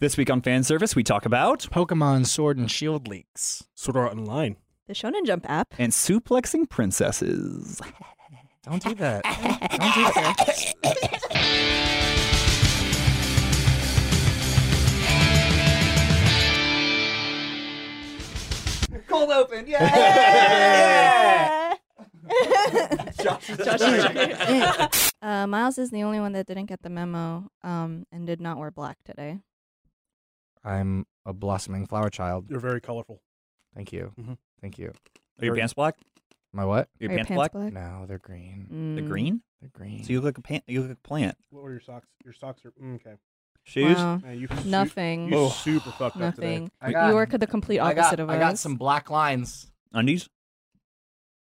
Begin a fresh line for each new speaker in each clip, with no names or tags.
This week on Fan Service, we talk about
Pokemon Sword and Shield leaks.
Sword Art Online.
The Shonen Jump app.
and suplexing princesses.
Don't do that. Don't do that.
Cold open. Yeah. uh, Miles is the only one that didn't get the memo um, and did not wear black today.
I'm a blossoming flower child.
You're very colorful.
Thank you.
Mhm.
Thank you.
Are your
Or-
pants black?
My what?
Are your
Are
pants, black?
No, they're green.
The
Mm.
green?
They're green.
So you look like a pant. You look like a plant.
What were your socks? Your socks are mm, okay.
Shoes?
Wow.
Man, you
Nothing.
You
Oh.
super fucked up today.
Nothing.
I
You work at the complete
I
opposite
got,
of us.
I got some black lines.
Undies?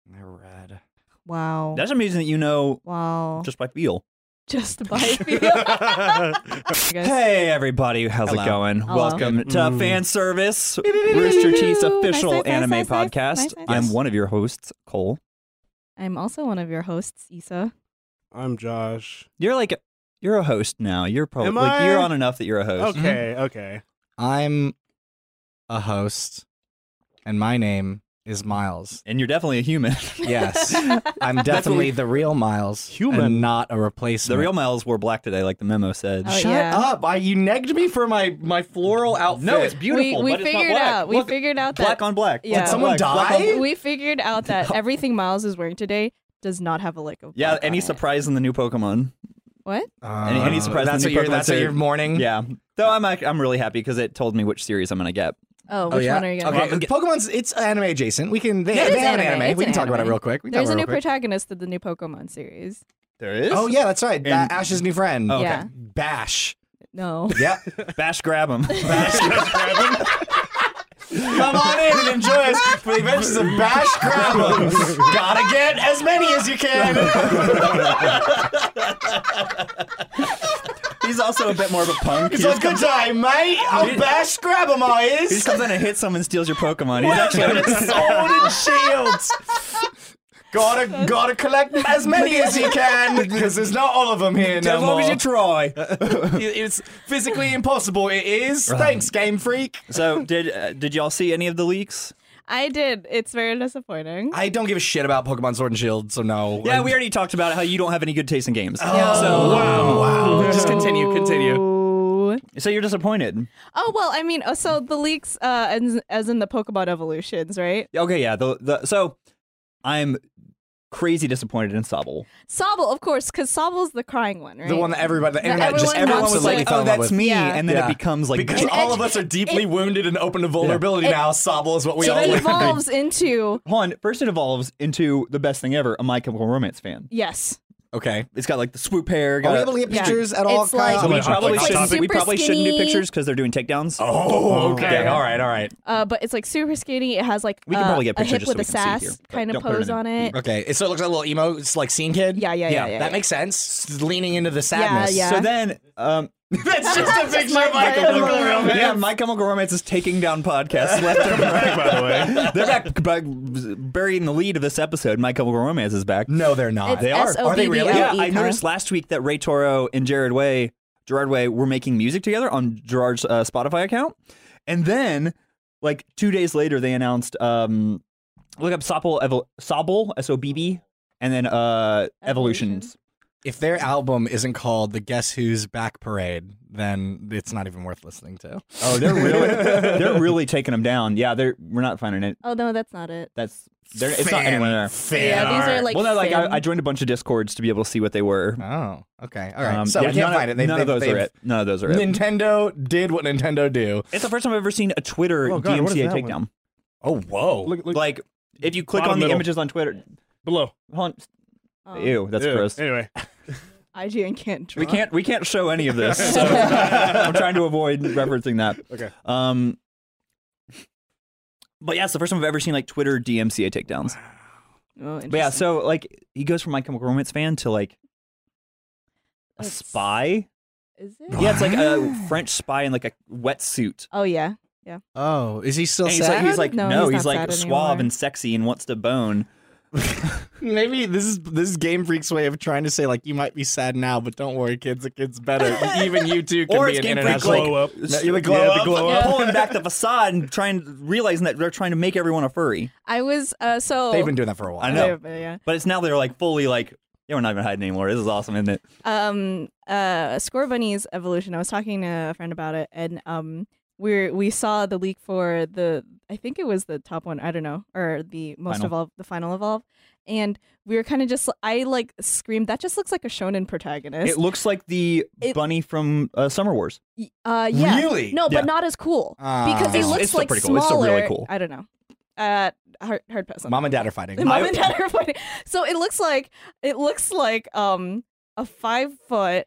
They're red.
Wow.
That's amazing that you know
wow.
just by feel.
Just by feel. You guys-
Hey everybody, how's it
Hello.
going?
Hello.
Welcome to
Mm.
Fan Service,
Beep, beep, beep, beep,
Rooster
beep,
Teeth's
beep.
official
Nice, nice,
anime
nice, nice,
podcast.
nice, nice,
I'm
nice.
one of your hosts, Cole.
I'm also one of your hosts, Issa.
I'm Josh.
You're like you're a host now. You're probably
Am
like you're
I?
on enough that you're a host.
Okay, okay.
I'm a host, and my name is Miles.
And you're definitely a human.
Yes. I'm
what
definitely
we-
the real Miles.
Human.
And not a
the
replacement.
real Miles wore black today, like the memo said.
Oh,
Shut
yeah.
up. I, you negged me for my, my floral outfit.
No, it's beautiful.
we we
but it's not
figured
black.
out. We
Look,
figured out that
black on black.
Yeah.
Black on
Someone
black. Black on-
died?
we figured out that everything Miles is wearing today does not have a lick of.
Yeah,
black on
any
it.
surprise in the new Pokemon.
What?
Any-
Uh,
any surprise
Uh, That's
when you
what you're.
Pokemon
That's what
say-
you're mourning.
Yeah. Though I'm ac- I'm really happy because it told me which series I'm gonna get.
Oh, which
Oh yeah.
one are you gonna?
okay.
get?
I'm get-
Pokemon's it's anime adjacent. We can. They, they
It is
have an
anime.
anime.
It's
we
an
can talk about it
anime.
real quick. We can
There's a
talk
new
about it real quick.
protagonist of the new Pokemon series.
There is.
Oh yeah, that's right. Ba-
And-
Ash's new friend.
Oh, okay.
Yeah.
Bash.
No.
Yeah.
Bash grab him. Bash grab him. Come on in and enjoy us for the
Adventures of Bash Grabba. Gotta get as many as you can.
He's also a bit more of a punk.
It's
he,
a
just
good time, mate. I'll bash grab 'em, I
he
is.
just comes in and hits someone and steals your Pokemon. He's actually
Sword and shields. Gotta gotta collect as many as you can because there's not all of them here no
As long
more.
as you
try, it's physically impossible. It is. Thanks, Game Freak.
So did uh, did y'all see any of the leaks?
I did. It's very disappointing.
I don't give a shit about Pokemon Sword and Shield, so no.
Yeah, we already talked about how you don't have any good taste in games.
So wow, wow. Just continue, continue.
Oh.
So you're disappointed.
Oh well, I mean, uh, so the leaks, uh, as, as in the Pokemon evolutions, right?
Okay, yeah. The, the so I'm crazy disappointed in Sobble.
Sobble, of course, because Sobble's the crying one, right?
The one that everybody, the
That
internet just
everyone
everyone was
absolutely
like,
fell
oh,
"Oh,
that's
that's me."
me,
Yeah.
and then
Yeah.
it becomes like
Because
Hold
all of us are deeply wounded and open to vulnerability
Yeah.
now. Sobble is what we
So
all
it
live through.
evolves into
on, first it evolves into the best thing ever, a My Chemical Romance fan.
yes,
Okay.
It's got like the swoop hair.
Are
Got
we able to get
Yeah.
pictures at
It's
all?
like-
Kyle?
Oh,
we
Hot
probably
topic.
shouldn't. We
Super
probably shouldn't do
skinny.
pictures because they're doing takedowns.
Oh, okay.
Yeah.
All right, all right.
uh, but it's like super skinny. It has like
We can
uh,
probably get
a
pictures
hip
just so
with
we
a
can see it
sass
here, but
kind of
don't put it
pose
in
on
the-
it.
Okay. So it looks like a little emo, it's like scene kid.
Yeah, yeah, yeah. yeah,
That
yeah.
makes sense. Leaning into the sadness.
yeah.
So then, um,
That's just a picture of
My
Michael
Chemical
Romance.
yeah, My Chemical Romance is taking down podcasts left and right.
By the way,
They're back, back burying the lead of this episode. My Chemical Romance is back.
No, they're not.
It's They are.
Are they really?
SOBBL.
Yeah,
L.E.
I noticed last week that Ray Toro and Jared Way, Gerard Way, were making music together on Gerard's uh, Spotify account, and then like two days later, they announced um, look up Sobble, Evo- Sobble, S O B B, and then uh, Evolutions.
If their album isn't called the Guess Who's Back Parade, then it's not even worth listening to.
Oh, they're really they're really taking them down. Yeah, they're we're not finding it.
Oh no, that's not it.
That's they're, it's not anywhere there.
Fan
yeah, these are
art.
like.
well, no, like
thin.
I, I joined a bunch of discords to be able to see what they were.
Oh, okay. All right.
Um,
so
yeah,
we can't
none of-
find it. They've,
none of
they've-
those are
they've-
it. None of those are it.
Nintendo did what Nintendo do.
It's the first time I've ever seen a Twitter
Oh, God, what is
DMCA
that one?
takedown.
Oh, whoa.
look, look
Like if you click
Bottom
on the
middle.
images on Twitter,
below.
hold
Oh,
on, ew, that's
Ew.
gross.
Anyway,
IGN can't. Draw.
We can't we can't show any of this. So I'm trying to avoid referencing that.
Okay.
Um. But yeah, it's the first time I've ever seen like Twitter DMCA takedowns.
Oh,
But yeah, so like he goes from My Chemical Romance fan to like a
That's-
spy.
is it?
Yeah, it's like a French spy in like a wetsuit.
Oh yeah.
Oh, is he still
And he's like, he's like,
No,
no,
he's
he's,
not
like
sad
suave
anymore.
and sexy and wants to bone.
Maybe this is this is Game Freak's way of trying to say like you might be sad now, but don't worry, kids. It gets better. Even you too can
Or
be
it's
an
Game Freak,
international.
like-
Glow up.
No, you're the glow
Yeah,
up.
the glow up.
pulling back the facade and trying realizing that they're trying to make everyone a furry.
I was uh, so.
They've been doing that for a while.
oh. I know.
They've been- yeah.
But it's now they're like fully like yeah, we're not even hiding anymore. This is awesome, isn't it?
um uh score bunny's evolution i was talking to a friend about it and um we're we saw the leak for the i think it was the top one i don't know or the most
Final.
evolved the final evolve and we were kind of just i like screamed that just looks like a shonen protagonist
It looks like the
It-
bunny from uh, Summer Wars.
uh yeah
Really?
no
Yeah.
but not as cool
Um,
because he
It's-
looks
it's still
like
pretty cool.
smaller
It's still really cool.
i don't know uh hard, hard pass on that.
Mom and Dad are fighting.
Mom and dad are fighting. So it looks like it looks like um a five foot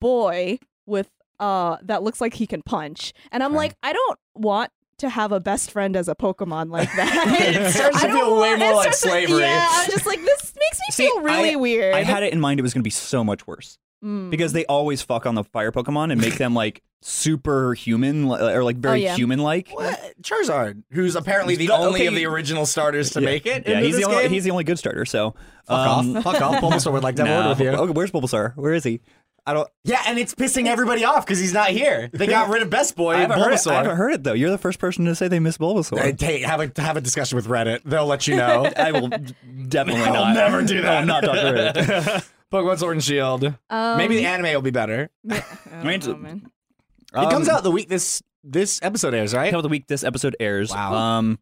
boy with uh that looks like he can punch. And I'm
Okay.
like, I don't want to have a best friend as a Pokemon like
It
that.
starts to
I don't
feel way
want-
more
it
like
starts to-
slavery.
Yeah, I'm just like this makes me
See,
feel really
I-
weird.
I had it in mind it was going to be so much worse
Mm.
because they always fuck on the fire Pokemon and make them like superhuman li- or like very
Oh, yeah.
human like.
What? Charizard, who's apparently the
Okay.
only of the original starters to
Yeah.
make it.
Yeah,
into
he's
this
the only
game?
he's the only good starter. So
Fuck
um,
off. Fuck off. Bulbasaur would like to have a
nah.
word with you.
Okay, where's Bulbasaur? Where is he?
I don't. Yeah, and it's pissing everybody off because he's not here. They got rid of Best Boy.
I haven't, heard it,
Bulbasaur.
I haven't heard it though. You're the first person to say they miss Bulbasaur.
Uh, hey, have a have a discussion with Reddit. They'll let you know.
I will definitely
I'll
not.
never do
I
that.
will not talk to her.
Pokemon Sword and Shield.
um,
Maybe the anime will be better.
ma- I
mean,
don't know,
it's-
Um, oh, man.
it comes out the week this this episode airs, right?
Top Um, of the week. This episode airs.
Wow.
Um,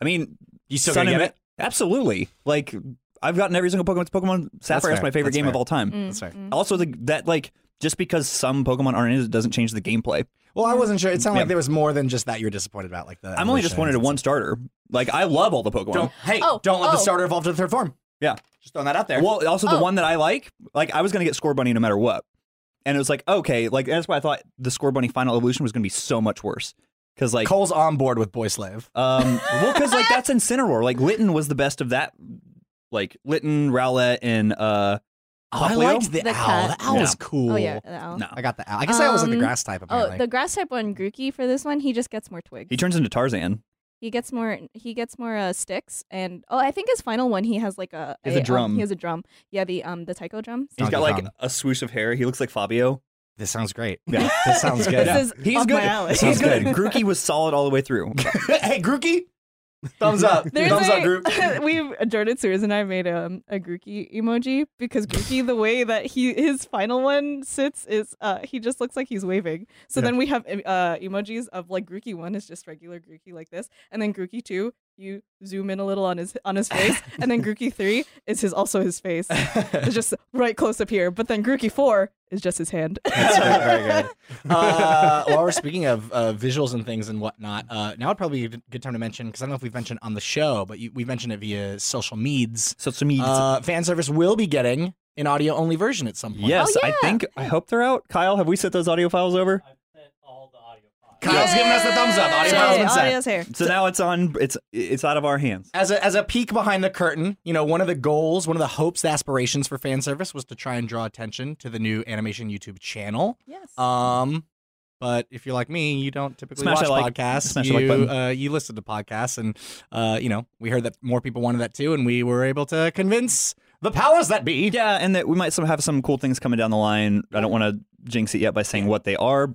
I mean,
You still
Sun
gonna
and
get
Ma- Absolutely. Like I've gotten every single Pokemon. It's Pokemon Sapphire is
fair.
my favorite
That's
game of
fair.
all time.
Mm,
That's fair.
mm.
Also, the, that like just because some Pokemon aren't in it doesn't change the gameplay.
Well, I wasn't sure. It sounded
Yeah.
like there was more than just that you were disappointed about. Like the
I'm only
evolution
disappointed at
and
one
stuff.
starter. Like I love all the Pokemon.
Don't hey,
Oh,
don't let the
oh.
starter evolve to the third form.
Yeah.
just throwing that out there.
Well, also the
Oh.
one that I like, like I was gonna get Score Bunny no matter what, and it was like okay, like that's why I thought the Score Bunny Final Evolution was gonna be so much worse because like
Cole's on board with Boy Slave.
Um, well, because like that's Incineroar. Like Litton was the best of that. Like Litton, Rowlett, and uh,
Oh, I
Popplio?
liked the,
The
owl.
cat.
The owl
Yeah.
was cool.
Oh yeah, the owl.
No.
I got the owl. I guess I was like the
Um,
grass type
Oh,
apparently.
the grass type one, Grookey, for this one, he just gets more twigs.
he turns into Tarzan.
He gets more. He gets more uh, sticks, and oh, I think his final one he has like a.
He has a
um,
drum.
he has a drum. Yeah, the um the taiko drum.
He's
Donkey
got like
Kong.
a swoosh of hair. He looks like Fabio.
this sounds great.
Yeah.
this sounds good.
This is
He's
up
good.
my alley.
He's
Sounds
good.
good.
Grookey was solid all the way through.
hey, Grookey, thumbs up.
There's
thumbs
a,
up, group.
we've Jordan Sears and I made um, a Grookey emoji because Grookey, the way that he his final one sits is uh he just looks like he's waving. So
Yeah.
then we have em- uh emojis of like Grookey one is just regular Grookey like this, and then Grookey two you zoom in a little on his on his face, and then Grookey three is his also his face. It's just right close up here, but then Grookey four is just his hand.
That's very, very good. Uh, while we're speaking of uh, visuals and things and whatnot, uh, now would probably be a good time to mention because I don't know if we've mentioned on the show, but you, we mentioned it via social meds.
So to me,
Uh, fan service will be getting an audio only version at some point.
yes,
Oh,
I
yeah.
think I hope they're out. Kyle, have we sent those audio files over?
Kyle's giving us the thumbs up. Audio
Oh, Yay!
files been sent.
Audio's here.
So now it's on. It's it's out of our hands.
as a, as a peek behind the curtain, you know, one of the goals, one of the hopes, the aspirations for fan service was to try and draw attention to the new animation YouTube channel.
Yes.
Um, but if you're like me, you don't typically
Smash
watch
that like-
podcasts.
smash
you
that like button.
uh, you listen to podcasts, and uh, you know, we heard that more people wanted that too, and we were able to convince the powers that be.
Yeah, and that we might some have some cool things coming down the line. I don't want to jinx it yet by saying what they are.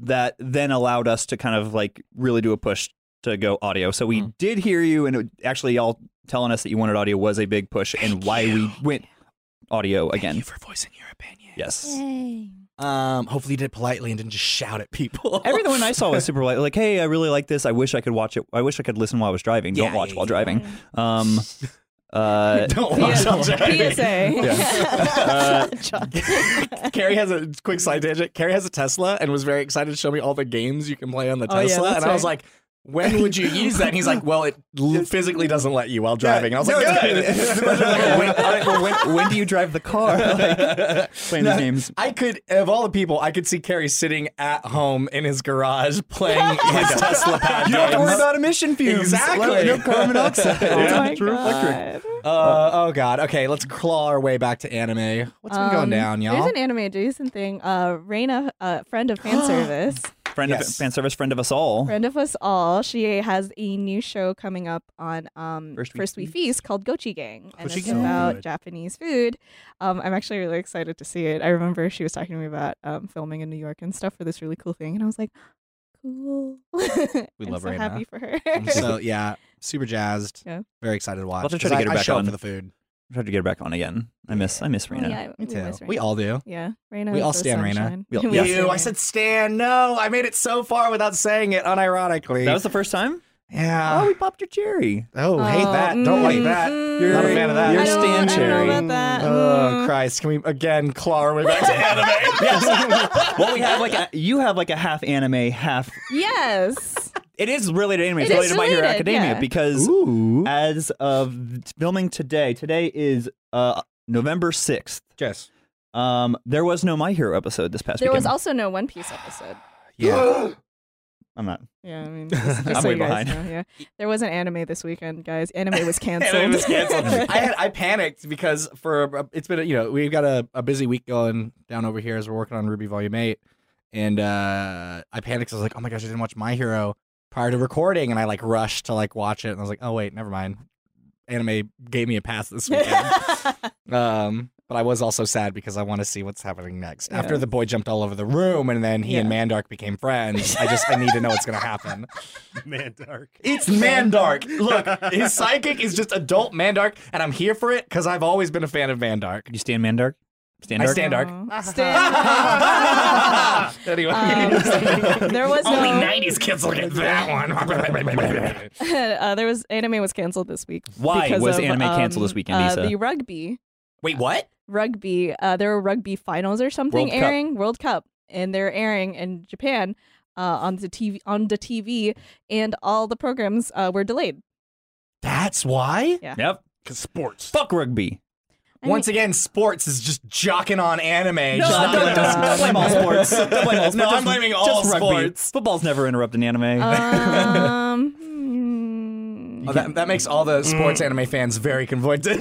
That then allowed us to kind of like really do a push to go audio. So we
Mm.
did hear you, and it, actually, y'all telling us that you wanted audio was a big push, and why we went audio
Thank
again.
you for voicing your opinion.
Yes.
Yay.
Um, hopefully you did it politely and didn't just shout at people.
Everyone I saw was super like, like, hey, I really like this. I wish I could watch it. I wish I could listen while I was driving.
Yeah,
don't watch
yeah,
while
yeah.
driving. Um, uh,
don't
Yeah.
watch them driving.
PSA.
Yeah. Uh,
John.
Carrie has a quick side tangent. Carrie has a Tesla and was very excited to show me all the games you can play on the
Oh, yeah,
Tesla. and
that's
I was
right.
like, when would you use that? And he's like, well, it l- physically doesn't let you while driving. And I was like,
like, when,
good.
all right, well, when, when do you drive the car? Like, playing
No,
these games.
I could, of all the people, I could see Carrie sitting at home in his garage playing his Tesla pad.
You don't have to
games.
worry about emission fumes.
Exactly.
Let- No carbon monoxide.
Yeah.
Oh
It's
my
true electric.
God.
Uh, oh, God. Okay, let's claw our way back to anime. What's been going
Um,
down, y'all?
There's an anime adjacent thing. Uh, Raina, a friend of uh, fan service,
friend of
Yes.
fan service, friend of us all.
Friend of us all. She has a new show coming up on um,
First
First
We
We, Feast called Gochi Gang, and
Gochi
it's
Gang.
about
Good.
Japanese food. Um, I'm actually really excited to see it. I remember she was talking to me about um, filming in New York and stuff for this really cool thing, and I was like, cool. We I'm
love
so
Raina.
happy for her.
I'm so yeah, super jazzed.
Yeah.
Very excited to watch.
have to
'cause
try to
I-
get her
I
back
show up
on.
for the food.
I have to get her back on again. I miss I miss Rena.
Oh, yeah,
Me
we
too.
miss
We
Raina.
all do.
Yeah, Raina.
We
is
all
the
stand Raina.
sunshine.
We all-
all
Yes,
Ew,
stand
I
Raina.
said Stan. No, I made it so far without saying it unironically.
That was the first time.
yeah.
oh, we popped your cherry.
Oh, hate
Oh,
that. Don't like
mm,
that.
mm,
You're-
Not a fan of that.
you're
I don't-
Stan
I don't
Cherry.
know about that.
Oh
Mm.
Christ! Can we again claw our way back to anime?
Yes. well, we have like a you have like a half anime, half.
Mm. Yes.
It is related anime. It's
It is
related by your
related,
academia
yeah.
because
Ooh.
as of filming today, today is uh November sixth.
Yes.
Um, there was no My Hero episode this past
There was
weekend.
also no One Piece episode.
Yeah.
I'm not.
Yeah, I mean, just, just
I'm
so
way
you guys
behind.
know, yeah, there was an anime this weekend, guys. Anime was canceled.
And it was canceled. I, had, I panicked because for it's been you know we've got a, a busy week going down over here as we're working on Ruby Volume Eight, and uh, I panicked. I was like, oh my gosh, I didn't watch My Hero prior to recording, and I like rushed to like watch it, and I was like, oh wait, never mind. Anime gave me a pass this weekend. Um, but I was also sad because I want to see what's happening next.
Yeah.
After the boy jumped all over the room and then he and Mandark became friends, I just I need to know what's gonna happen.
Man, dark.
It's Mandark. Look, his psychic is just adult Mandark, and I'm here for it because I've always been a fan of Mandark.
You stand Mandark. Stand
I
Dark?
stand dark.
Aw. Stan.
anyway,
Um, there was
only
no-
'90s kids will get that one.
uh, there was anime was canceled this week.
Why
because
was
of,
anime canceled
um,
this weekend,
uh,
Lisa?
The rugby,
Wait, what?
rugby. Uh, there were rugby finals or something
World Cup.
airing World Cup, and they're airing in Japan uh, on the TV on the TV, and all the programs uh, were delayed.
That's why.
Yep.
Cause sports.
Fuck rugby.
I
Once again, sports is just jocking on anime.
No,
just
don't-
not
don't-
gonna-
don't blame all
sports. Don't blame all sports.
No, I'm
Just-
blaming all
Just rugby.
sports. Uh,
Football's never interrupted anime.
um, hmm.
Oh, that, that makes all the sports anime fans very conflicted.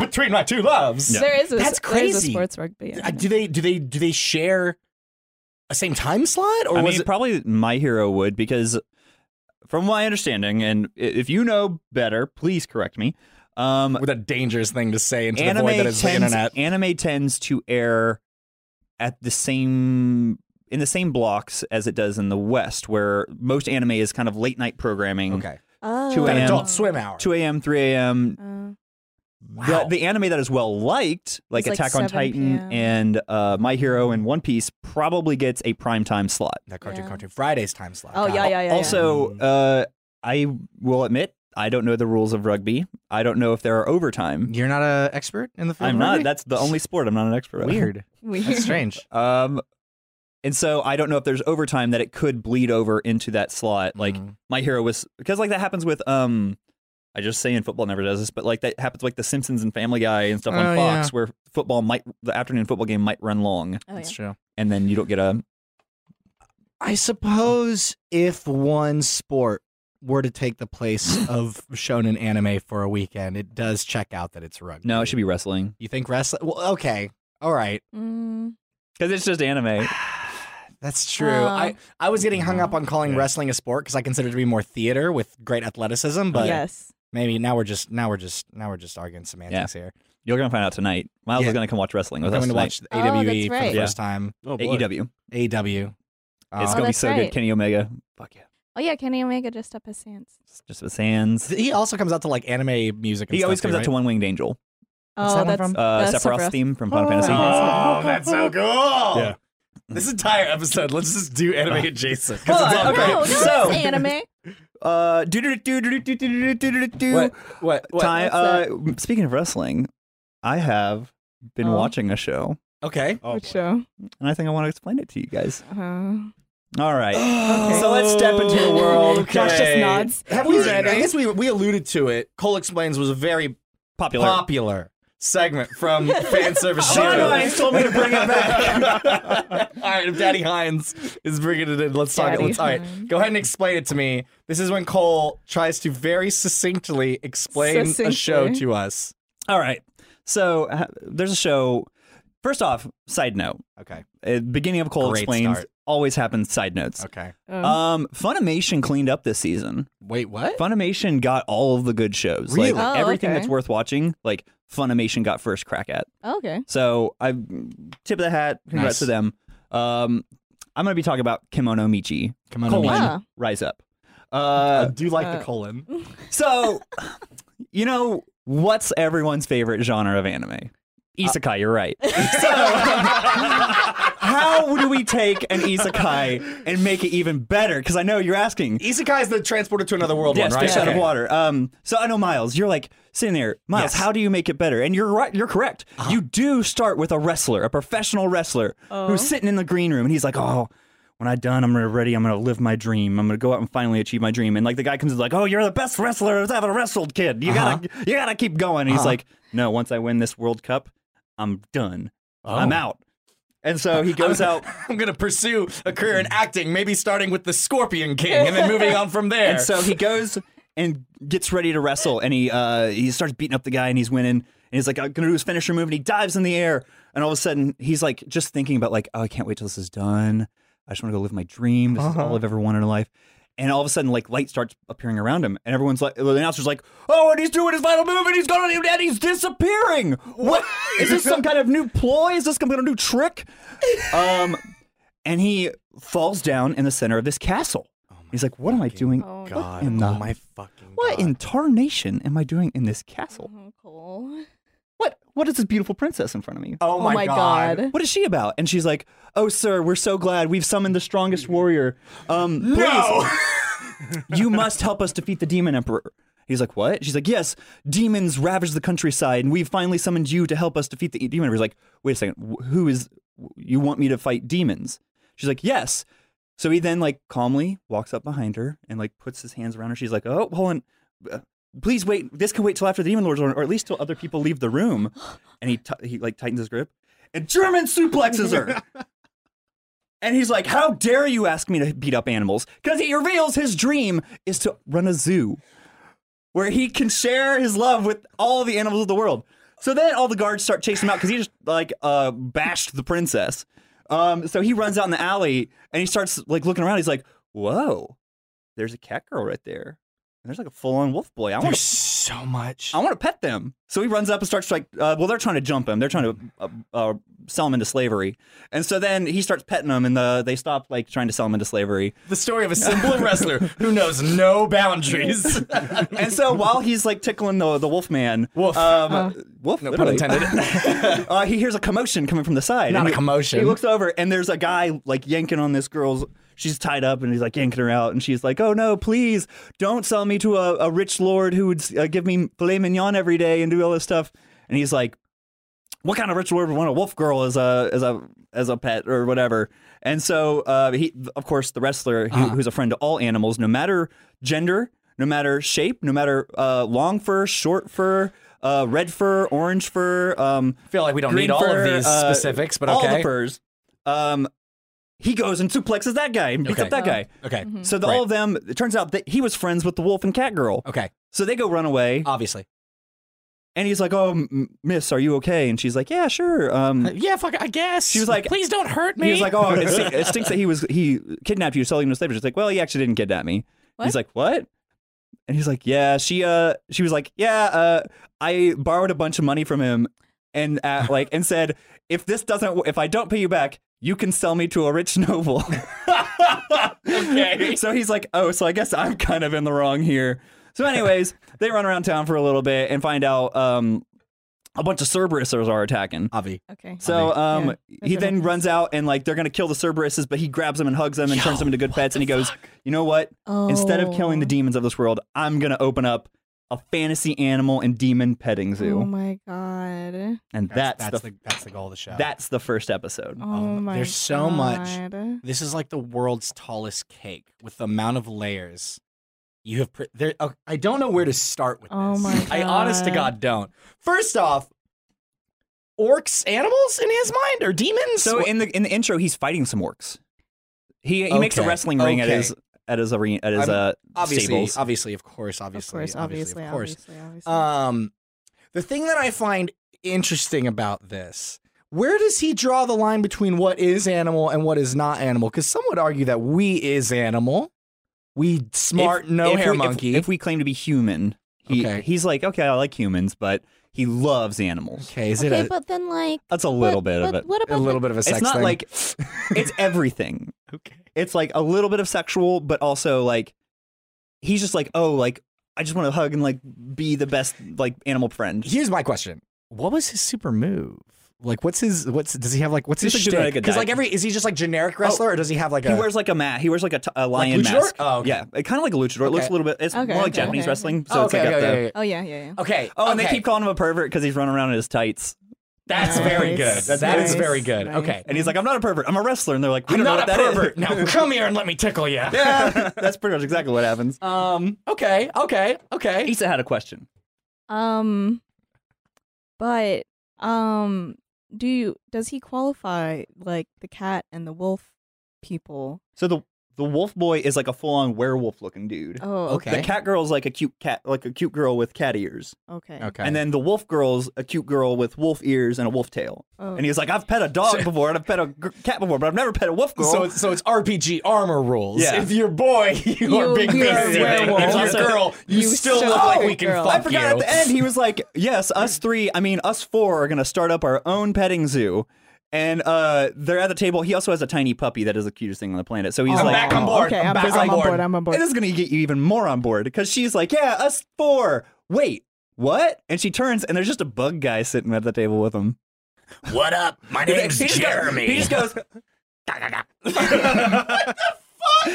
Between my two loves.
There is a,
That's
There's a
crazy.
sports rugby.
Uh,
anime.
do they do they do they share a same time slot or
I
was
mean,
it
probably My Hero would because, from my understanding, and i- if you know better, please correct me. Um,
with a dangerous thing to say into the
anime
void that is
tends,
the internet?
anime tends to air at the same in the same blocks as it does in the West, where most anime is kind of late night programming.
Okay,
Oh.
Two
that
AM.
Adult Swim hour.
2 a.m., 3 a.m.
Oh.
Wow.
The, the anime that is well liked, like
It's like
Attack on
7
Titan
PM.
and uh, My Hero and One Piece, probably gets a prime time slot.
that cartoon
Yeah.
cartoon Friday's time slot.
Oh,
Got
yeah,
it.
yeah, yeah.
Also,
Mm.
uh, I will admit, I don't know the rules of rugby. I don't know if there are overtime.
Mm. You're not an expert in the field.
I'm
of
not.
rugby?
That's the only sport I'm not an expert at.
weird.
Weird.
That's strange.
Um, and so I don't know if there's overtime that it could bleed over into that slot. Like
Mhm.
my hero was because like that happens with um, I just say in football never does this, but like that happens like the Simpsons and Family Guy and stuff on
Oh,
Fox
yeah.
where football might the afternoon football game might run long
Oh, yeah.
that's true.
and then you don't get a
I suppose if one sport were to take the place of shonen anime for a weekend, it does check out that it's rugby.
no. It should be wrestling
You think wrestling? Well, okay, all right,
Mm,
because it's just anime.
that's true.
Uh,
I I was getting
Mm-hmm.
hung up on calling
Yeah.
wrestling a sport because I consider it to be more theater with great athleticism, but
yes.
maybe now we're just now we're just now we're just arguing semantics here.
You're gonna find out tonight. Miles
Yeah.
is gonna come watch wrestling
I'm
with us
going to
tonight.
watch the
Oh,
AWE
that's
for
right.
the first time.
Oh boy.
AEW.
AW.
it's
Um,
gonna be
that's
so good.
right.
Kenny Omega. Fuck yeah.
Oh yeah, Kenny Omega just up his hands.
It's Just with Sands.
he also comes out to like anime music. And
He always
stuff
comes
too,
out to One Winged Angel.
What's that
oh,
one
that's
from?
Uh, Sephiroth's theme from Final
Oh.
Fantasy.
Oh, that's so cool.
Yeah.
This entire episode, let's just do anime adjacent. 'cause
Well,
it's all
okay.
great.
Oh, No, no,
So-
it's anime.
Uh, do do do do do do do do do do.
What? What? what?
Time. Uh,
What's
speaking of wrestling, I have been
Oh.
watching a show,
Okay.
Oh,
Which
boy.
show?
and I think I want to explain it to you guys.
Uh,
All right. So let's step into the world.
Josh just nods.
Have we,
He's
I
ready.
guess we, we alluded to it. Cole Explains was a very
Popular.
popular segment from fan service
John
Zero.
Hines told me to bring it
back. all right, if Daddy Hines is bringing it in, let's talk.
Daddy
Let's, all right,
Hines.
go ahead and explain it to me. This is when Cole tries to very succinctly explain a show
Succinctly.
to us.
All right. So uh, there's a show. First off, side note.
Okay.
Uh, beginning of Cole
Great
explains
start.
always happens. Side notes.
Okay.
Um,
Um, Funimation cleaned up this season.
Wait, what?
Funimation got all of the good shows.
Really?
Like
Oh,
everything
okay.
that's worth watching, like Funimation got first crack at.
oh, okay.
So I tip of the hat. Congrats
Nice.
to them. Um, I'm going to be talking about Kimono Michi.
Come
Colon,
Michi. Ah.
rise up.
I
Uh,
do like the
Uh,
colon.
so, you know what's everyone's favorite genre of anime? Isekai. you're right. So, how do we take an isekai and make it even better? Because I know you're asking.
Isekai is the transported to another world
Yes,
one, right?
fish out of
Okay.
water. Um, so I know Miles. You're like sitting there, Miles.
Yes. Uh-huh.
How do you make it better? And you're right. You're correct. You do start with a wrestler, a professional wrestler,
Oh.
who's sitting in the green room, and he's like, "Oh, when I'm done, I'm gonna ready. I'm gonna live my dream. I'm gonna go out and finally achieve my dream." And like the guy comes in, like, "Oh, you're the best wrestler I've ever wrestled, kid. You gotta,
Uh-huh.
you gotta keep going." And he's like, "No, once I win this World Cup, I'm done. I'm out." And so he goes out.
Oh. Uh, I'm gonna pursue a career in acting, maybe starting with the Scorpion King and then moving on from there.
And so he goes and gets ready to wrestle, and he uh, he starts beating up the guy, and he's winning. And he's like, "I'm gonna do his finisher move," and he dives in the air. And all of a sudden, he's like, just thinking about like, "Oh, I can't wait till this is done. I just want to go live my dream. This is all I've ever wanted in life." And all of a sudden, like light starts appearing around him, and everyone's like, the announcer's like, "Oh, and he's doing his final move, and he's going, and he's disappearing. What is this? Some kind of new ploy? Is this some kind of new trick?" Um, and he falls down in the center of this castle. he's like, "What am I doing
Oh,
Oh God,
In the-
oh my fucking
what
God.
in tarnation am I doing in this castle?
oh, cool.
What what is this beautiful princess in front of me?
Oh,
Oh my god.
What is she about? And she's like, "Oh, sir, we're so glad we've summoned the strongest warrior. Um,
No.
please, you must help us defeat the demon emperor." He's like, "What?" She's like, "Yes, demons ravage the countryside, and we've finally summoned you to help us defeat the demon emperor." He's like, "Wait a second, wh- who is? You want me to fight demons?" She's like, "Yes." So he then like calmly walks up behind her and like puts his hands around her. She's like, "Oh, hold on." Uh, Please wait. This can wait till after the demon lord's order, or at least till other people leave the room. And he t- he like tightens his grip and German suplexes her. and he's like, "How dare you ask me to beat up animals?" Because he reveals his dream is to run a zoo, where he can share his love with all the animals of the world. So then all the guards start chasing him out because he just like uh, bashed the princess. Um, so he runs out in the alley and he starts like looking around. He's like, "Whoa, there's a cat girl right there." And there's like a full-on wolf boy. I want
There's
to
so much.
I want to pet them. So he runs up and starts like, uh, well, they're trying to jump him. They're trying to uh, uh, sell him into slavery. And so then he starts petting them, and the, they stop like trying to sell him into slavery.
The story of a simple wrestler who knows no boundaries.
and so while he's like tickling the the wolf man,
Wolf.
um,
Uh.
wolf,
No pun
literally.
intended.
uh, he hears a commotion coming from the side.
Not
and
a
he-
commotion.
He looks over, and there's a guy like yanking on this girl's. She's tied up, and he's like yanking her out, and she's like, "Oh no, please don't sell me to a, a rich lord who would uh, give me filet mignon every day and do all this stuff." And he's like, what kind of ritual would want a wolf girl as a as a as a pet or whatever? And so uh, he, of course, the wrestler who,
Uh-huh.
who's a friend to all animals, no matter gender, no matter shape, no matter uh, long fur, short fur, uh, red fur, orange fur. Um,
I feel like we don't
green
need all
fur,
of these
uh,
specifics, but
all
okay.
the furs. Um, he goes and suplexes that guy and beats
Okay.
up that guy.
Okay.
Mm-hmm.
So the, all of them, it turns out that he was friends with the wolf and cat girl.
Okay.
So they go run away,
Obviously.
and he's like, "Oh, m- miss, are you okay?" And she's like, "Yeah, sure." Um,
Uh, Yeah, fuck. I guess. She
was like-
please don't hurt me.
He was like, "Oh, it, stink- it stinks that he was he kidnapped you, selling you to slavery." She's like, "Well, he actually didn't kidnap me."
What?
He's like, "What?" And he's like, "Yeah, she uh, she was like, yeah, uh, I borrowed a bunch of money from him, and uh, like, and said, if this doesn't, if I don't pay you back, you can sell me to a rich noble."
okay.
so he's like, oh, so I guess I'm kind of in the wrong here. So, anyways, they run around town for a little bit and find out um, a bunch of Cerberusers are attacking.
Avi.
Okay.
So um,
Yeah,
he
that's
then
what happens.
runs out and like they're gonna kill the Cerberuses, but he grabs them and hugs them and turns them into good pets. And he goes, you know what? Instead of killing the
Oh.
demons of this world, I'm gonna open up a fantasy animal and demon petting zoo,
Oh my god.
and that's, the,
that's the goal of the show.
that's the first episode.
Oh
Oh,
my
there's so much.
God.
This is like the world's tallest cake with the amount of layers you have. Pre- there, oh, I don't know where to start with
Oh
this.
my
I honest to
God.
God don't. First off, orcs animals in his mind or demons?
So in the in the intro, he's fighting some orcs. He he makes a
Okay.
wrestling ring at
Okay.
his at his arena at his
I'm-
uh
obviously,
stables.
obviously, of course,
Of
obviously,
course, obviously,
of course. Uh,
obviously, obviously.
Um, the thing that I find interesting about this where does he draw the line between what is animal and what is not animal? Because some would argue that we is animal. We smart
If-
no
if
hair
we- if-
monkey.
If, we claim to be human, he,
Okay.
he's like, okay, I like humans, but he loves animals.
okay, is
okay,
it a,
but then like
That's a little
but-
bit of
but
it.
What
a
about
little bit of a sex
It's not
thing?
like it's everything.
okay.
It's like a little bit of sexual, but also like he's just like, oh, like I just want to hug and like be the best like animal friend.
Here's my question: What was his super move? Like, what's his? What's does he have? Like, what's his
He's like doing,
shtick?
like, a
Because like
dive.
every is he just like generic wrestler, or does he have like
He
a?
wears like a mat. He wears like a, t- a
like,
lion
luchador?
mask.
Oh, okay.
Yeah, kind of like a luchador. It looks
Okay.
a little bit. It's
Okay,
more like
okay,
Japanese
okay.
wrestling. So
Oh,
it's
okay,
like
okay,
up
okay,
the-
okay.
Oh yeah, yeah, yeah.
Okay.
Oh, and they
okay.
keep calling him a pervert because he's running around in his tights.
That's
Nice,
very good. That's
nice,
very good.
nice.
Okay.
And he's like, I'm not a pervert. I'm a wrestler. And they're like, we
Mm-hmm. I'm
don't know what
not a
that is."
pervert. Now come here and let me tickle you.
yeah, that's pretty much exactly what happens.
Um. Okay. Okay. Okay.
Issa had a question.
Um, but um, do you, does he qualify like the cat and the wolf people?
So the the wolf boy is like a full on werewolf looking dude.
Oh,
Okay.
The cat girl's like a cute cat, like a cute girl with cat ears,
okay.
Okay.
and then the wolf girl's a cute girl with wolf ears and a wolf tail.
Oh.
And he's like, I've pet a dog before, and I've pet a gr- cat before, but I've never pet a wolf girl.
So it's, so it's RPG armor rules.
Yeah.
If you're boy, you, are
You-
big
you are
beasty. If
werewolf.
you're
Also-
girl, you,
you
still
still
look
look
like
like
we can
girl.
fuck
I forgot
you.
at the end, he was like, Yes, us three, I mean, us four are going to start up our own petting zoo. And uh, they're at the table. He also has a tiny puppy that is the cutest thing on the planet. So he's
I'm
like,
back on board.
Okay,
I'm
I'm,
back
I'm
on
on
board.
board. I'm on board.
And this is going to get you even more on board because she's like, yeah, us four. Wait, what? And she turns and there's just a bug guy sitting at the table with him.
What up? My
He just goes- he just goes,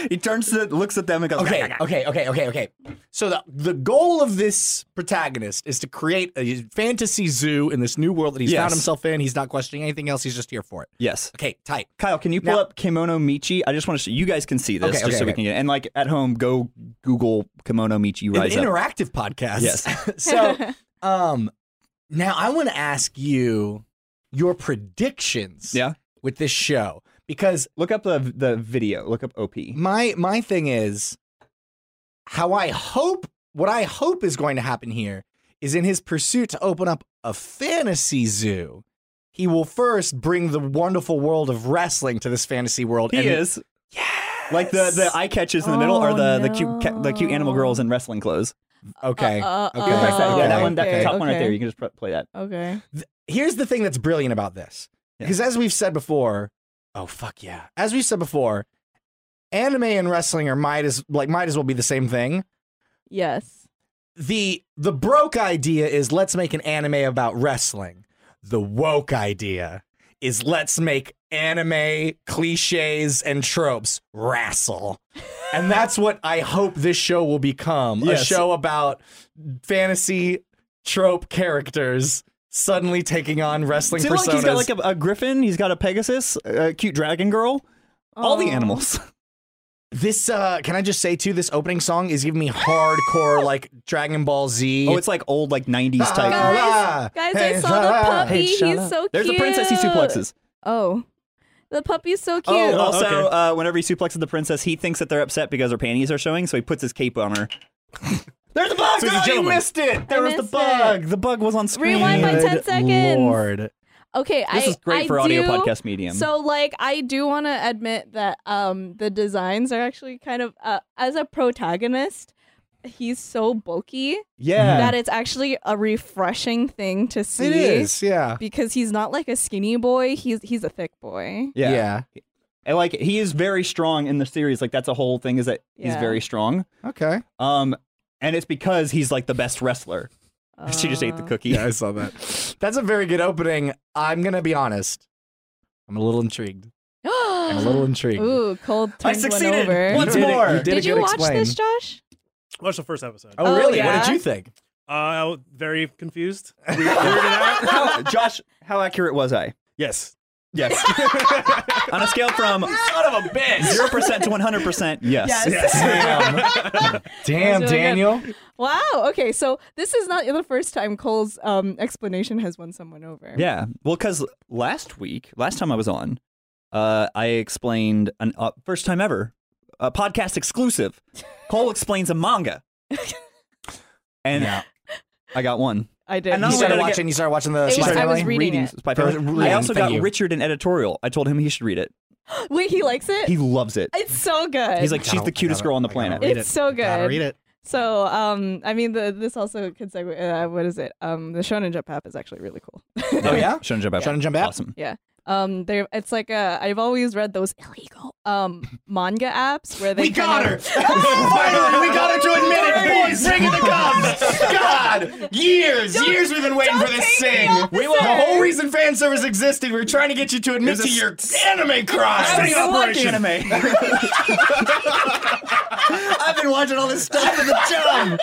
he turns to, looks at them and goes,
Okay, okay, okay, okay, okay. So the the goal of this protagonist is to create a fantasy zoo in this new world that he's
Yes.
found himself in. He's not questioning anything else. He's just here for it.
Yes.
Okay, tight.
Kyle, can you pull
Now-
up Kimono Michi? I just want to show you guys can see this
Okay,
just
okay,
so we
okay.
can get it. And like at home, go Google Kimono Michi
An
Rise Up.
interactive podcast.
Yes.
so um, now I want to ask you your predictions.
Yeah.
With this show because
Look up the the video. Look up OP.
my my thing is how I hope what I hope is going to happen here is in his pursuit to open up a fantasy zoo. He will first bring the wonderful world of wrestling to this fantasy world.
He
and
is like the the eye catches in the middle are the the cute ca- the cute animal
Oh,
girls in wrestling clothes.
Okay.
Uh, uh,
okay.
Like that. yeah, that
Oh, okay,
one, that
okay,
top one right
okay.
there. You can just pr- play that.
Okay.
Here's the thing that's brilliant about this.
Yeah.
Because as we've said before, oh fuck yeah. As we've said before, anime and wrestling are might as like might as well be the same thing.
Yes.
the the broke idea is let's make an anime about wrestling. The woke idea is let's make anime cliches and tropes wrestle. And that's what I hope this show will become. A
Yes.
show about fantasy trope characters suddenly taking on wrestling
See,
personas.
look, he's got like a, a griffin. He's got a pegasus, a cute dragon girl. All the
Oh.
animals.
this uh can I just say too, this opening song is giving me hardcore like Dragon Ball Z.
Oh, it's like old like '90s type.
Ah,
Ah,
Guys,
hey,
I saw
ah.
the puppy. He's
shut up.
so cute.
There's a princess he suplexes.
Oh, the puppy's so cute.
Oh, also,
okay.
uh, whenever he suplexes the princess, he thinks that they're upset because her panties are showing, so he puts his cape on her. There's a bug!
So he's a
Oh, you
gentleman.
missed it! There was the
missed it.
bug! The bug was on screen.
Rewind by
Good
10 seconds.
Lord.
okay, I,
This is great
I
for audio
do-
podcast medium.
So, like, I do want to admit that um, the designs are actually kind of uh, as a protagonist, he's so bulky
yeah.
that it's actually a refreshing thing to see.
It is, yeah.
because he's not like a skinny boy. He's he's a thick boy.
yeah. And like he is very strong in the series. Like that's a whole thing is that he's
Yeah.
very strong.
Okay.
Um and it's because he's like the best wrestler. she just ate the
Uh,
cookie.
Yeah, I saw that. That's a very good opening. I'm gonna be honest. I'm a little intrigued. I'm a little intrigued.
Ooh, cold turned
succeeded.
one over.
You
Once
did it-
more.
you did,
Did,
a
you
good
watch
explain.
this, Josh?
Watch the first episode.
Oh,
Oh,
really? What did
yeah?
you think?
Uh, very confused.
How- Josh, how accurate was I?
Yes.
Yes. On a scale from
Son of a bitch.
zero percent to one hundred percent, yes.
Damn. Damn,
really good.
Daniel.
Wow. Okay, so this is not the first time Cole's um, explanation has won someone over.
Yeah. Well, because last week, last time I was on, uh, I explained an uh, first time ever, a podcast exclusive. Cole explains a manga, and I got one.
I did.
And not
you
only
started
did I get-
watching. You started watching the.
It was-
Spy
I was
Family?
reading
Readings,
it.
Spy
There was
Family.
reading,
I also
thank
got
you.
Richard an editorial. I told him he should read it.
Wait, he likes it.
He loves it.
it's so good.
He's like,
Gotta-
she's
I
the
gotta-
cutest girl on the
I gotta
planet.
read
It's
it.
so
I gotta
good.
read it.
so. Um, I mean, the this also could segue. Uh, what is it? Um, the Shonen Jump app is actually really cool.
Oh yeah.
Shonen Jump app.
Shonen Jump app?
Awesome.
Um, they it's like uh, I've always read those illegal um manga apps where they
We got
kinda-
her! Finally, we got her to admit it! Boys, bring in the cops! God! Years, years we've been waiting for this
take me
thing!
off
We
the
were, the
set.
whole reason fan service existed, we were trying to get you to admit
It
to
was a
your anime crimes!
Setting
I like
operation.
anime. I've been watching all this stuff in the jump.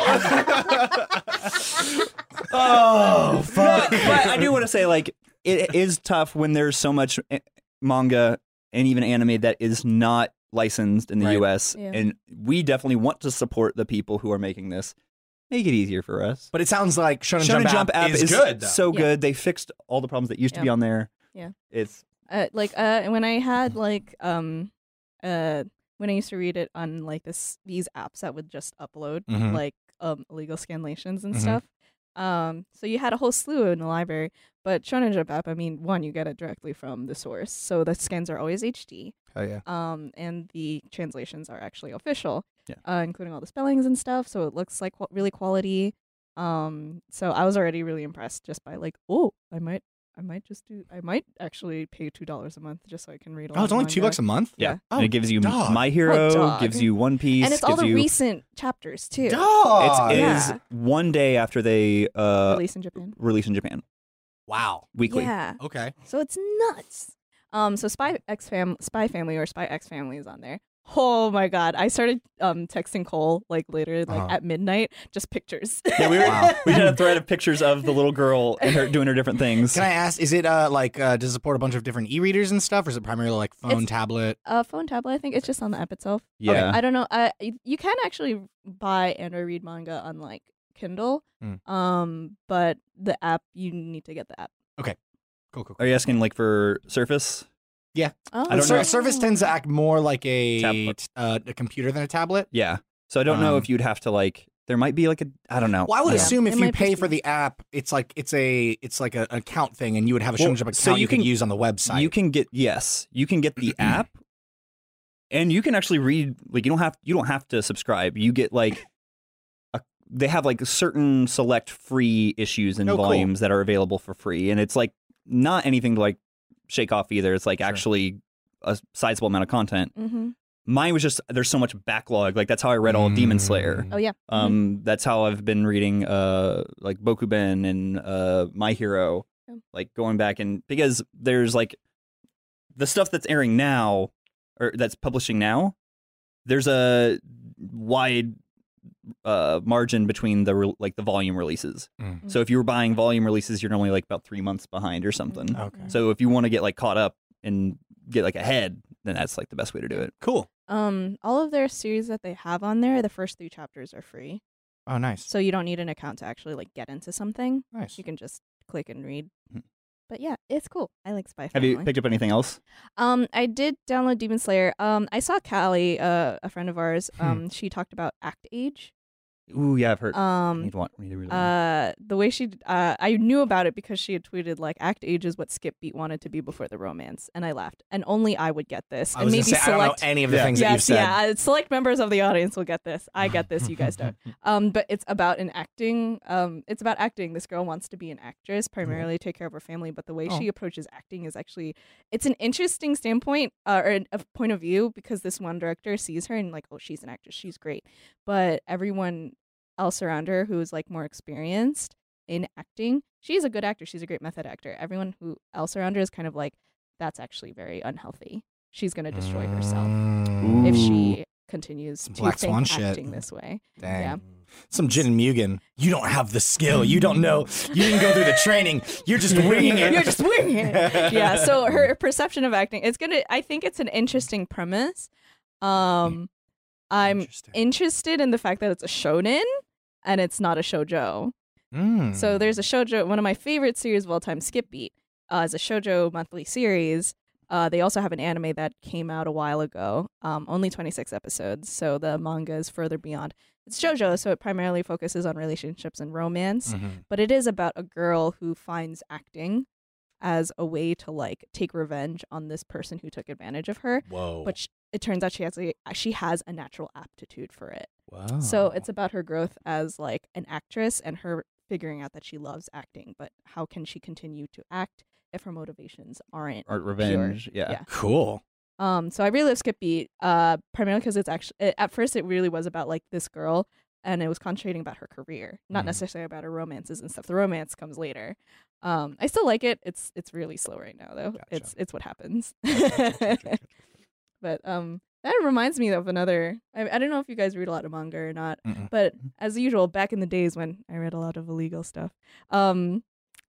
Oh, fuck.
but I do want to say, like, it is tough when there's so much a- manga and even anime that is not licensed in the
Right.
U.S.
Yeah.
And we definitely want to support the people who are making this. Make it easier for us.
But it sounds like Shonen,
Shonen Jump, app is,
good, though.
so
Yeah.
good. They fixed all the problems that used to
Yeah.
be on there.
Yeah.
It's
uh, like uh when I had like um uh when I used to read it on like this these apps that would just upload
Mhm.
like um illegal scanlations and
Mhm.
stuff. Um, so you had a whole slew in the library, but Shonen Jump app, I mean, one you get it directly from the source, so the scans are always HD.
oh, yeah.
um, and the translations are actually official,
Yeah.
uh, including all the spellings and stuff. So it looks like qu- really quality. Um, so I was already really impressed just by like, oh, I might, I might just do, I might actually pay two dollars a month just so I can read. all
Oh, it's
the
only two
manga.
bucks a month? Oh,
Yeah.
and it gives you
dog.
My Hero,
Oh, dog.
gives you One Piece,
and it's all
gives
the
you.
recent chapters too.
Dog!
it
Yeah.
is one day after they uh,
Released in Japan.
release in Japan
Wow.
weekly.
Yeah,
Okay.
so it's nuts. Um, so Spy X Fam, Spy Family, or Spy X Family is on there. Oh my god! I started um texting Cole like later, like
Uh-huh.
at midnight, just pictures.
Yeah, we were,
Wow.
we had a thread of pictures of the little girl and her doing her different things.
Can I ask, is it uh, like, uh, does it support a bunch of different e readers and stuff, or is it primarily like phone,
It's-
tablet?
uh, phone tablet. I think it's just on the app itself.
yeah,
I don't know. I you- you can actually buy and or read manga on like Kindle,
Hmm.
Mm.
um, but the app you need to get the app.
Cool, cool, cool.
are you asking like for Surface?
Oh,
I don't
Sur-
know.
Surface tends to act more like a
Tablet.
Uh, a computer than a tablet.
Yeah. So I don't know
Um,
if you'd have to like. There might be like a. I don't know.
Well, I would
Yeah.
assume if
It
you
might
pay
just
for
be-
the app, it's like it's a it's like a, an account thing, and you would have a
Well,
Shonen Jump account
so you
you can,
can-
use on the website.
You can get yes. You can get the app, and you can actually read. Like you don't have you don't have to subscribe. You get like. a They have like certain select free issues and
Oh, cool.
volumes that are available for free, and it's like not anything to like shake off either. It's like
Sure.
actually a sizable amount of content.
Mm-hmm.
Mine was just there's so much backlog. Like that's how I read all of Demon Slayer.
Mm.
Oh yeah.
Um, that's how I've been reading, uh, like Bokuben and uh, My Hero,
Yeah.
like going back and because there's like the stuff that's airing now or that's publishing now. There's a wide uh, margin between the re- like the volume releases.
Mm.
So if you were buying volume releases, you're normally like about three months behind or something.
Okay.
Mm-hmm. Mm.
So if you want to get like caught up and get like ahead, then that's like the best way to do it.
Cool.
Um, all of their series that they have on there, the first three chapters are free,
Oh, nice.
so you don't need an account to actually like get into something.
Nice.
You can just click and read.
Mhm.
But yeah, it's cool. I like Spy
Have
Family.
you picked up anything else?
Um, I did download Demon Slayer. Um, I saw Callie, uh, a friend of ours.
Hmm.
Um, she talked about Act Age.
Ooh, yeah, I've heard.
Um,
need to want, need to read that one.
uh, the way she, d- uh, I knew about it because she had tweeted like Act Age is what Skip Beat wanted to be before the romance, and I laughed. And only I would get this,
I
and
was
maybe
gonna say, I don't
select.
know any of the
Yeah.
things that you've
Yes,
said.
yeah, uh, select members of the audience will get this. I get this, you guys don't. Um, but it's about an acting. Um, it's about acting. This girl wants to be an actress, primarily take care of her family, but the way
Oh.
she approaches acting is actually it's an interesting standpoint uh, or an- a point of view because this one director sees her and like, oh, she's an actress, she's great, but everyone else around her who is like more experienced in acting, she's a good actor, she's a great method actor. Everyone who else around her is kind of like, that's actually very unhealthy. She's gonna destroy herself
Mm.
if
Ooh.
she continues
Some
to
Black
think
Swan shit.
acting this way.
Dang.
Yeah.
Some Jin and Mugen. You don't have the skill. You don't know. You didn't go through the training. You're just winging it.
You're just winging it. Yeah. So her perception of acting, it's gonna. I think it's an interesting premise. Um, I'm
Hmm. Interesting.
interested in the fact that it's a shonen and it's not a shojo.
Mm.
So there's a shojo. One of my favorite series of all time, Skip Beat, uh, is a shojo monthly series. Uh, they also have an anime that came out a while ago, um, only 26 episodes. So the manga is further beyond. It's JoJo, so it primarily focuses on relationships and romance,
Mm-hmm.
but it is about a girl who finds acting as a way to like take revenge on this person who took advantage of her.
Whoa.
But sh it turns out she has a, she has a natural aptitude for it.
Wow.
So it's about her growth as like an actress and her figuring out that she loves acting, but how can she continue to act if her motivations aren't?
Art revenge. Yeah.
Yeah.
cool.
Um, so I really love Skip Beat, uh, primarily because it's actually it, at first it really was about like this girl, and it was concentrating about her career, not
Mhm.
necessarily about her romances and stuff. The romance comes later. Um, I still like it. It's it's really slow right now though.
Gotcha.
It's it's what happens.
Mm-mm.
but um, that reminds me of another. I, I don't know if you guys read a lot of manga or not. But
Mm-hmm.
as usual, back in the days when I read a lot of illegal stuff, um,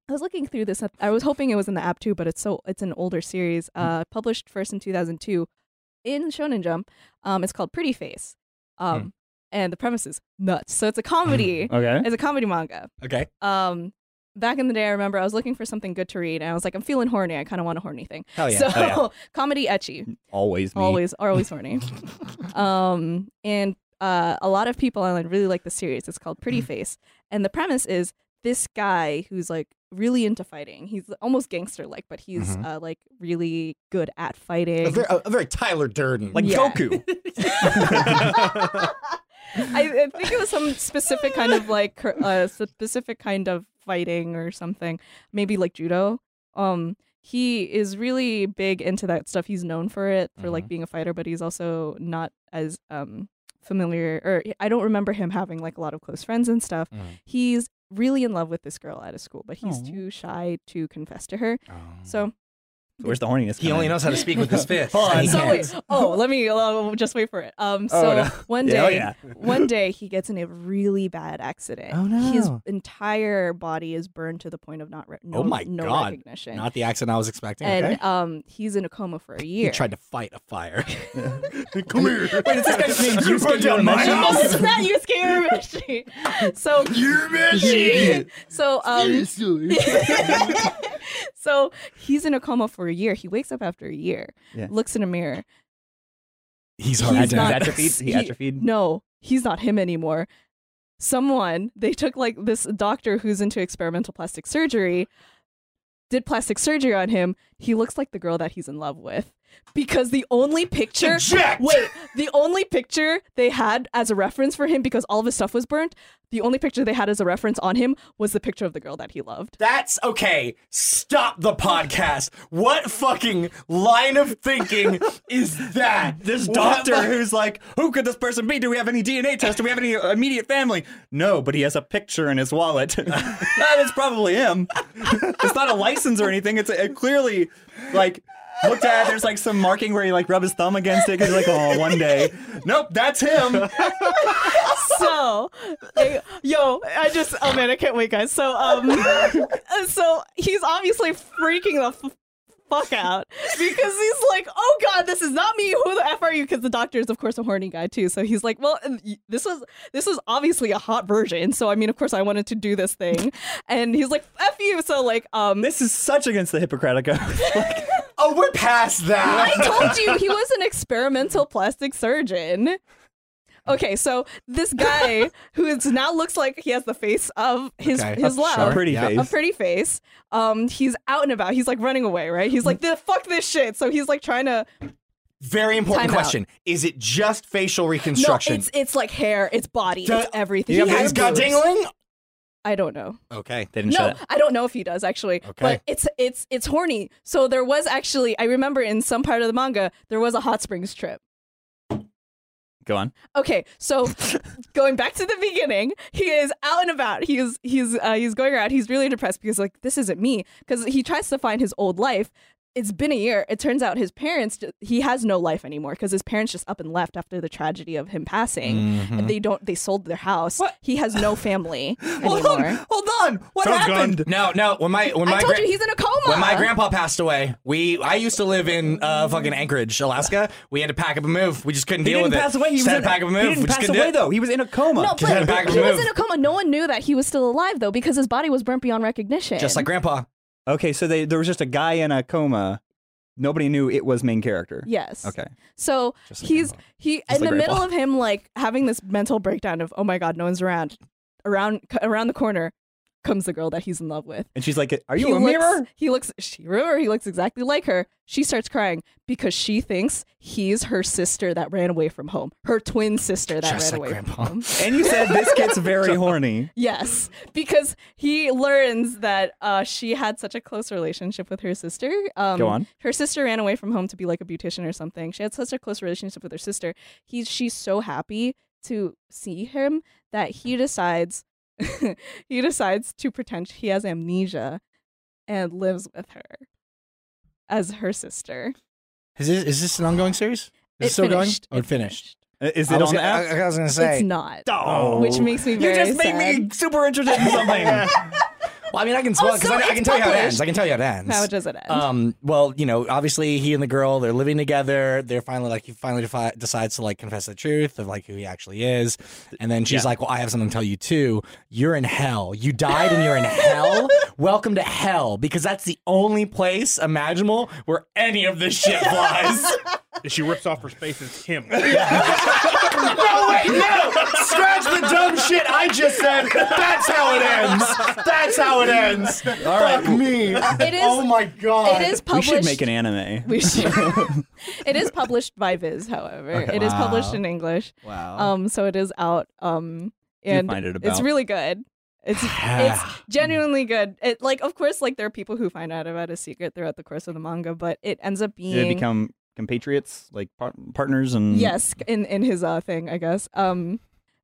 I was looking through this. I was hoping it was in the app too, but it's so it's an older series,
Mm.
uh, published first in 2002 in Shonen Jump. Um, it's called Pretty Face, um,
Hmm.
and the premise is nuts. So it's a comedy.
Okay.
it's a comedy manga.
Okay.
Um, back in the day, I remember I was looking for something good to read, and I was like, I'm feeling horny. I kind of want a horny thing.
Hell Oh, yeah.
so
Hell yeah.
comedy etchy,
Always me.
always are always horny um, and uh, a lot of people online really like the series. It's called
Mm-hmm.
Pretty Face, and the premise is this guy who's like really into fighting. He's almost gangster like, but he's
Mm-hmm.
Mhm.
uh, like really good at
a,
fighting.
very, a- a very Tyler Durden.
Like
Yeah.
Goku.
I, I think it was some specific kind of like cur- uh, specific kind of fighting or something, maybe like judo. Um, he is really big into that stuff. He's known for it for like being a fighter, but he's also not as um familiar or I don't remember him having like a lot of close friends and stuff.
Mhm.
He's really in love with this girl out of school, but he's
Aw.
too shy to confess to her.
Oh.
So
Where's the horniness?
he only knows how to speak with his fist.
Hold on.
He
so
can't.
wait, oh, let me uh, just wait for it. Um, so
Oh, no.
one
Yeah,
day,
oh, yeah.
one day he gets in a really bad accident.
Oh, no.
His entire body is burned to the point of not re- no,
Oh, my
no
God.
recognition.
Not the accent I was expecting.
and
okay.
um, he's in a coma for a
He
year.
tried to fight a fire.
Come here.
Wait, is this guy's name
You
Yusuke
burned down my
Urameshi?
house.
no, it's not Oh, you, Urameshi. So, so um, so he's in a coma for a year. He wakes up after a year,
Yeah.
looks in a mirror.
He's
He's
hard to
not-
atrophied. He,
He-
atrophied.
No, he's not him anymore. Someone, they took like this doctor who's into experimental plastic surgery, did plastic surgery on him. He looks like the girl that he's in love with because the only picture
Eject!
Wait, the only picture they had as a reference for him because all of his stuff was burnt, the only picture they had as a reference on him was the picture of the girl that he loved.
That's okay. Stop the podcast. What fucking line of thinking is that?
This
What
doctor
the-
who's like, who could this person be? Do we have any DNA test? Do we have any immediate family? No, but he has a picture in his wallet. that is probably him. it's not a license or anything. It's a, it clearly like looked at. There's like some marking where he like rub his thumb against it because like, oh, one day. Nope, that's him.
so they- yo i just oh man i can't wait guys so um so he's obviously freaking the f- fuck out because he's like oh god this is not me who the f are you because the doctor is of course a horny guy too so he's like well y- this was this was obviously a hot version so i mean of course i wanted to do this thing and he's like f you so like um
This is such against the Hippocratic Oath. Like,
Oh, we're past that.
I told you he was an experimental plastic surgeon. Okay, so this guy who is now looks like he has the face of his
Okay.
his
Sure.
love.
a pretty
Yeah.
face.
A pretty face. Um, he's out and about. He's like running away, right? He's like, the fuck this shit. So he's like trying to.
Very important
Time out.
question. Is it just facial
No,
reconstruction?
it's it's like hair, it's body,
Duh.
it's everything.
yeah,
He
but
has
he's got
boobs.
dingling?
I don't know.
Okay.
They didn't show
No,
that.
I don't know if he does actually.
Okay.
But it's it's it's horny. So there was actually, I remember in some part of the manga, there was a hot springs trip.
Go on.
Okay, so going back to the beginning, he is out and about. He is he's uh, he's going around. He's really depressed because like this isn't me because he tries to find his old life. It's been a year. It turns out his parents he has no life anymore because his parents just up and left after the tragedy of him passing.
Mhm.
They don't they sold their house.
What?
He has no family
Hold
anymore.
on. Hold on. What
Sounds
happened?
gone.
No, no. When my when
I
my
told
gra-
you he's in a coma.
when my grandpa passed away, we I used to live in uh, fucking Anchorage, Alaska. We had to pack up and move. We just couldn't
He
deal
didn't
with
pass
it.
away. He
just
was
had
in,
to pack up and move.
He didn't
we just
pass
couldn't do
away
it.
though. He was in a coma.
no,
Get out of the back
but
of
he
the
was
move.
in a coma. No one knew that he was still alive though because his body was burnt beyond recognition.
Just like grandpa.
Okay, so they, there was just a guy in a coma. nobody knew it was main character.
Yes.
Okay.
So
Just like
he's
Harry Potter.
Just
he in
like
the
Harry
middle
Potter.
of him like having this mental breakdown of oh my god no one's around around c- around the corner comes the girl that he's in love with
And she's like, "Are you
he
a
looks,
mirror?"
He looks. She remember he looks exactly like her. She starts crying because she thinks he's her sister that ran away from home, her twin sister that
Just like
ran away
Grandpa.
from home.
And you said this gets very horny.
Yes, because he learns that uh, she had such a close relationship with her sister. Um,
Go on.
Her sister ran away from home to be like a beautician or something. She had such a close relationship with her sister. He's she's so happy to see him that he decides he decides to pretend he has amnesia and lives with her as her sister.
Is this, is this an ongoing series? Is it
It
still
finished.
going? Oh,
It
it finished.
Uh, Is
I
it
was
on the
gonna-
app?
I, I was gonna say.
It's not.
Oh,
Which makes me
you
very
just made
sad.
me super interested in something.
Well, I mean, I can spoil
Oh,
because
so
I, I
it's
can tell you how it
published.
ends. I can tell you how it ends.
How does it end?
Um, well, you know, obviously he and the girl, they're living together. They're finally like, he finally defi- decides to like confess the truth of like who he actually is. And then she's
Yeah.
like, well, I have something to tell you too. You're in hell. You died and you're in hell. Welcome to hell because that's the only place imaginable where any of this shit flies.
She rips off her space and it's him.
no, wait, no. Scratch the dumb shit I just said. That's how it ends. That's how it ends. All right. Fuck me.
It is- Oh my
God.
it is
We
published.
should make an anime.
We should. it is published by Viz, however. It is published in English.
Wow.
Um, so it is out. Um,
Oh. You
and
find it
it's
about.
really good. It's it's genuinely good. It like of course like there are people who find out about a secret throughout the course of the manga, but it ends up being
Did they become compatriots, like par- partners, and
yes in in his uh thing I guess. Um,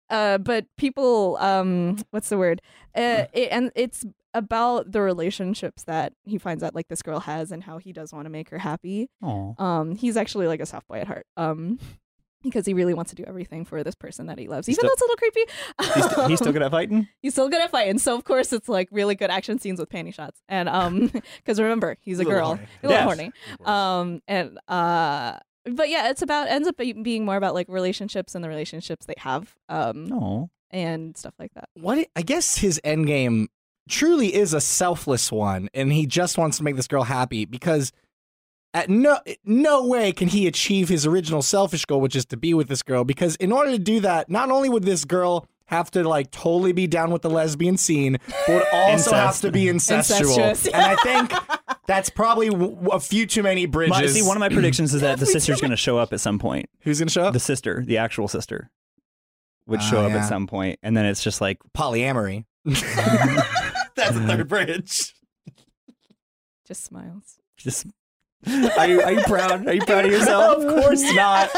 uh, but people um, what's the word?
Mm.
Uh, it, and it's about the relationships that he finds out like this girl has and how he does want to make her happy.
Aw.
Um, he's actually like a soft boy at heart. Um, because he really wants to do everything for this person that he loves,
He's still-
even though it's a little creepy.
He's, st- he's still good at fighting.
he's still good at fighting. So of course it's like really good action scenes with panty shots. And um because remember, he's a
Little
girl.
horny.
A little
Yes.
horny. Um and uh but yeah, it's about ends up be- being more about like relationships and the relationships they have um
No,
and stuff like that.
what it, I guess his end game truly is a selfless one, and he just wants to make this girl happy because at no no way can he achieve his original selfish goal, which is to be with this girl. Because in order to do that, not only would this girl have to like totally be down with the lesbian scene, but would also
Incest.
have to be incestual.
Incestuous.
and I think that's probably w- w- a few too many bridges.
my, see, one of my predictions is that the sister's going to show up at some point.
Who's gonna show up?
The sister, the actual sister, would
Oh. Ah,
show up
yeah.
at some point, and then it's just like
Polyamory. that's a third bridge.
Just smiles.
just. Are you, are you proud? Are you proud of yourself?
of course not.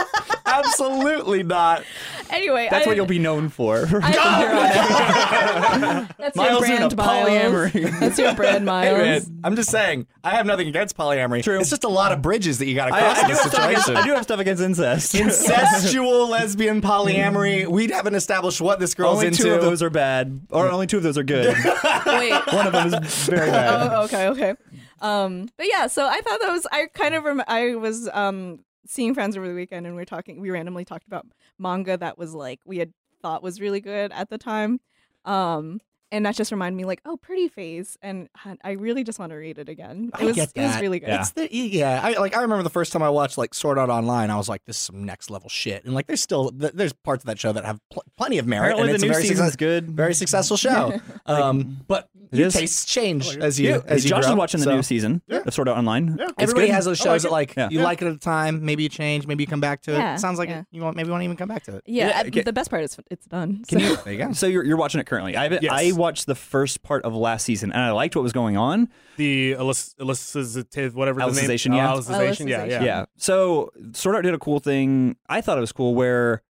Absolutely not.
Anyway,
That's
I,
what you'll be known for.
I, That's your
Miles into
brand, Miles.
polyamory.
That's your brand,
Hey,
Miles.
man, I'm just saying, I have nothing against polyamory.
True.
It's just a lot of bridges that you got to
I,
cross
I
in
do have
this
stuff against,
situation.
I do have stuff against incest.
Incestual lesbian polyamory. We haven't established what this girl's
only
into.
two of those are bad, or only two of those are good.
Wait.
One of them is very bad.
oh, okay, okay. Um, but yeah, so I thought that was I kind of rem- I was um seeing friends over the weekend and we were talking we randomly talked about manga that was like we had thought was really good at the time. Um and that just reminded me like, oh, pretty face and I- I really just want to read it again. It
I
was
get
it was
that.
really good.
Yeah.
It's the, yeah, I like. I remember the first time I watched like Sword Art Online. I was like, "This is some next level shit." And like, there's still th- there's parts of that show that have pl- plenty of merit,
Apparently,
and
the
it's
new
a very,
season's
success-
good.
very successful show. um, but
It
your
is.
tastes change
Oh,
as you as you
Josh
grow
is
up,
watching the
so.
new season
Yeah.
of Sword Art Online.
Yeah.
It's
Everybody
good.
has those
Oh,
I
shows that
like
like
Yeah.
you
Yeah.
like it at a time, maybe you change, maybe you come back to it.
Yeah,
Sounds like
yeah.
you won't, maybe you won't even come back to it.
Yeah,
Yeah,
I-
okay.
the best part is it's done.
Can
so.
you?
There you go.
So you're, you're watching it currently. I haven't,
Yes.
I watched the first part of last season and I liked what was going on.
the elis- elicitive, whatever the name.
Elicitation, yeah.
Oh, elicitation, yeah,
Yeah.
yeah.
So Sword Art did a cool thing. I thought it was cool where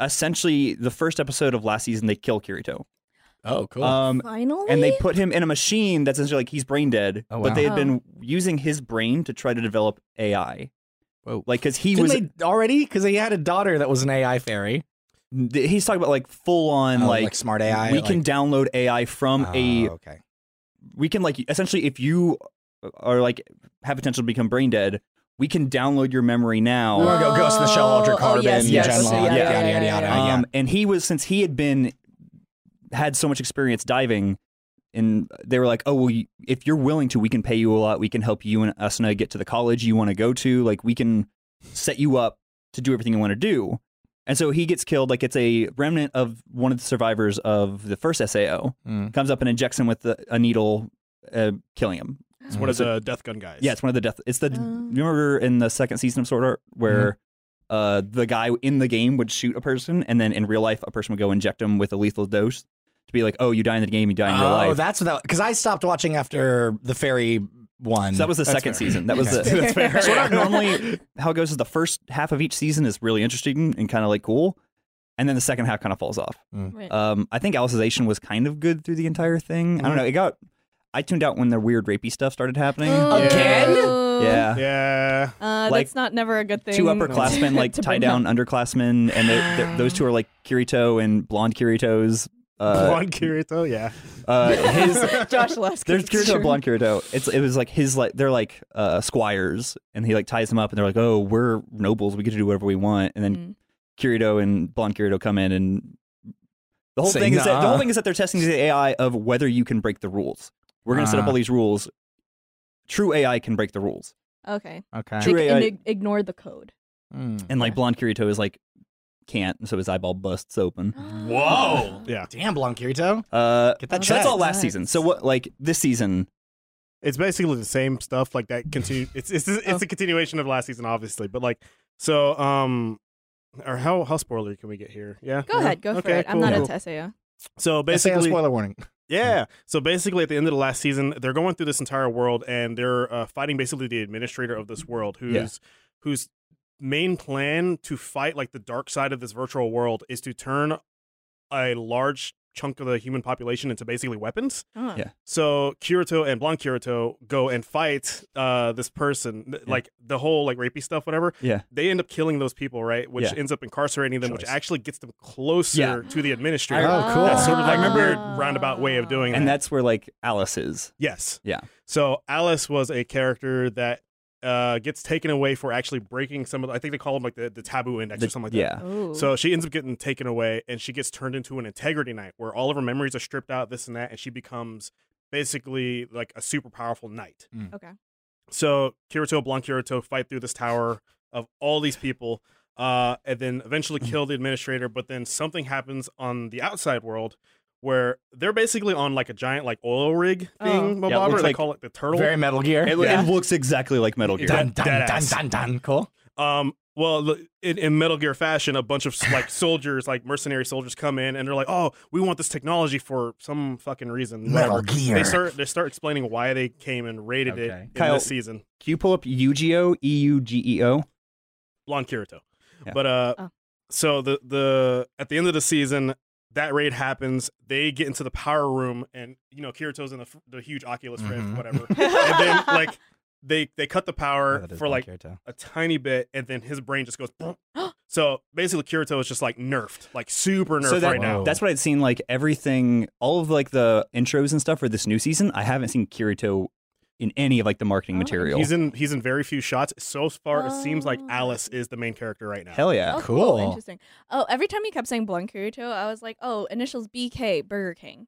essentially the first episode of last season they kill Kirito.
Oh, cool.
Um,
Finally?
and they put him in a machine that's essentially like he's brain dead,
Oh,
but
wow.
they had
Oh.
been using his brain to try to develop AI.
Whoa.
Like, because he
Didn't
was,
they already? Because he had a daughter that was an AI fairy.
th- he's talking about like full on
Oh,
like,
smart AI.
we
like-
can download AI from a
Oh, okay.
we can like essentially if you uh, are like have potential to become brain dead, we can download your memory now.
We
Oh,
want to go Ghost in the Shell, Altered
oh,
Carbon,
yes,
yes,
Genlong,
yeah,
yada,
yeah,
yada,
yeah,
yada,
yeah,
yada.
Um, and he was since he had been had so much experience diving, and they were like, "Oh, well, you, if you're willing to, we can pay you a lot. We can help you and Asuna get to the college you want to go to. Like, we can set you up to do everything you want to do." And so he gets killed. Like, it's a remnant of one of the survivors of the first Sao
Mm.
comes up and injects him with a, a needle, uh, killing him.
It's one of the Death Gun guys.
Yeah, it's one of the death. It's the
Oh.
you remember in the second season of Sword Art where
Mm-hmm.
uh, the guy in the game would shoot a person, and then in real life, a person would go inject him with a lethal dose to be like, "Oh, you die in the game, you die in real
oh,
life."
that's what that because I stopped watching after the fairy one.
so that was the second season. That was
Okay.
the.
that's fair.
Sword Art normally how it goes is the first half of each season is really interesting and kind of like cool, and then the second half kind of falls off.
Right.
Um, I think Alicization was kind of good through the entire thing.
Mm-hmm.
I don't know. It got. I tuned out when the weird rapey stuff started happening.
Again?
Yeah.
Yeah.
Oh, Uh,
Like,
that's not never a good thing.
two upperclassmen like
to
tie
bring
down
up. Ah.
underclassmen, and they're, they're- those two are like Kirito and blonde Kirito's. Uh,
Blonde Kirito, yeah.
uh, his
Josh Lesk.
there's
it's
Kirito
true.
and blonde Kirito. It's it was like his like they're like uh, squires, and he like ties them up, and they're like, oh, we're nobles, we get to do whatever we want, and then
Mm.
Kirito and blonde Kirito come in and. The whole
Say
thing is that the whole
nah.
thing is that they're testing the AI of whether you can break the rules. We're going to set up
Ah.
all these rules. True AI can break the rules,
Okay.
okay.
True
Ig-
AI
ig- ignore the code.
Mm.
and like blonde Kirito is like can't, and so his eyeball busts open.
Whoa.
Yeah.
Damn, Blonde Kirito.
Uh,
Get that
so that's
checked.
all last season. So what, like this season?
It's basically the same stuff like that continue it's it's it's
Oh.
a continuation of last season, obviously. But like so um or how how spoiler can we get here? Yeah.
Go
Yeah?
ahead. Go for
Okay,
it. I'm
cool.
not
Cool.
into SAO.
So
Basically,
basically
spoiler warning.
Mm.
Yeah. So basically, at the end of the last season, they're going through this entire world, and they're uh, fighting basically the administrator of this world, who's
Yeah.
whose main plan to fight like the dark side of this virtual world is to turn a large chunk of the human population into basically weapons.
Huh.
Yeah.
So Kirito and Blonde Kirito go and fight uh, this person, th-
Yeah.
like the whole like rapey stuff, whatever.
Yeah.
They end up killing those people, right? Which
Yeah.
ends up incarcerating them, which
Choice.
actually gets them closer
Yeah.
to the administrator.
Oh, cool.
That's sort of like
I
a weird
remember-
roundabout way of doing
And
that.
that's where like Alice is.
Yes.
Yeah.
So Alice was a character that uh, gets taken away for actually breaking some of. the- I think they call them like the, the taboo index
The-
or something like
yeah,
that.
Oh.
So she ends up getting taken away, and she gets turned into an integrity knight, where all of her memories are stripped out, this and that, and she becomes basically like a super powerful knight.
Mm.
Okay.
So Kirito, Blanc Kirito fight through this tower of all these people, uh, and then eventually kill the administrator. But then something happens on the outside world where they're basically on like a giant like oil rig
Oh.
thing,
Yeah, it
Mobobber.
looks
they
like
call it the turtle.
Very Metal Gear.
It,
Yeah.
it looks exactly like Metal Gear.
Dun,
Dead-
dun,
dead
dun,
ass.
dun, dun. Cool.
Um, well, l- in, in Metal Gear fashion, a bunch of like soldiers, like mercenary soldiers, come in and they're like, "Oh, we want this technology for some fucking reason."
Metal
whatever."
Gear.
They start they start explaining why they came and raided it
Okay.
in
Kyle-
this season.
Can you pull up Yu-Gi-Oh? E U G E O.
Blonde Kirito,
Yeah.
but uh,
Oh.
so the the at the end of the season. That raid happens. They get into the power room, and you know Kirito's in the, f- the huge Oculus Rift,
Mhm.
whatever. and then like they they cut the
Oh,
power
that is
for
Blonde
like
Kirito.
a tiny bit, and then his brain just goes. boom. so basically, Kirito is just like nerfed, like super nerfed
So that-
right now.
Whoa.
That's what I'd seen. Like everything, all of like the intros and stuff for this new season. I haven't seen Kirito in any of like the marketing
Oh.
material.
He's in he's in very few shots. So far, it seems like
Oh.
Alice is the main character right now.
Hell yeah!
Oh, cool.
Cool.
Interesting. Oh, every time he kept saying Blonde Kirito, I was like, oh, initials BK, Burger King.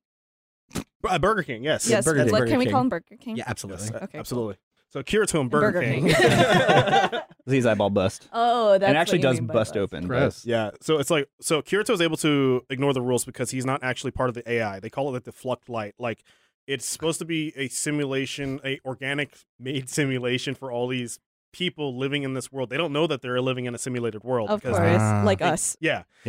B- uh, Burger King, yes,
Yes,
Burger
like,
King.
can
Burger
we
King.
call him Burger King?
Yeah,
Yes,
absolutely.
uh,
Okay, cool.
absolutely. So Kirito and Burger, King.
His eyeball bust,
oh, that's
and
what
actually
you
does
mean by
bust
bust.
open. but-
Gross.
yeah, so it's like so Kirito is able to ignore the rules because he's not actually part of the AI. They call it like the fluct light. Like it's supposed to be a simulation, a organic made simulation for all these people living in this world. They don't know that they're living in a simulated world
Of course,
because
Ah.
like us.
yeah.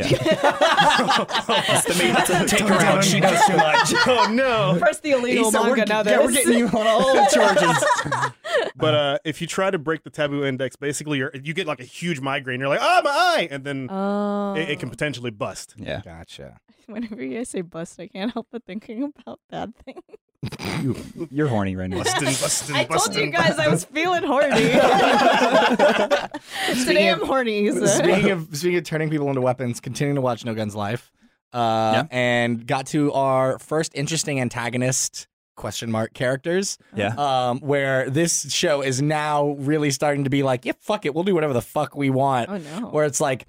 Take her out. She knows too much.
oh no.
First the illegal manga, now this.
you on all the charges.
But uh, if you try to break the taboo index, basically you're, you get like a huge migraine. You're like, ah, my eye, and then
Oh,
it, it can potentially bust.
Yeah.
gotcha.
whenever you guys say bust, I can't help but thinking about bad things.
You, you're horny right now.
Bustin', bustin',
I told
bustin'.
you guys I was feeling horny. Today I'm horny. so-
Speaking of speaking of turning people into weapons, continuing to watch No Guns Life, uh, and got to our first interesting antagonist question mark characters.
Yeah.
Um, where this show is now really starting to be like, yeah, fuck it, we'll do whatever the fuck we want.
Oh no.
where it's like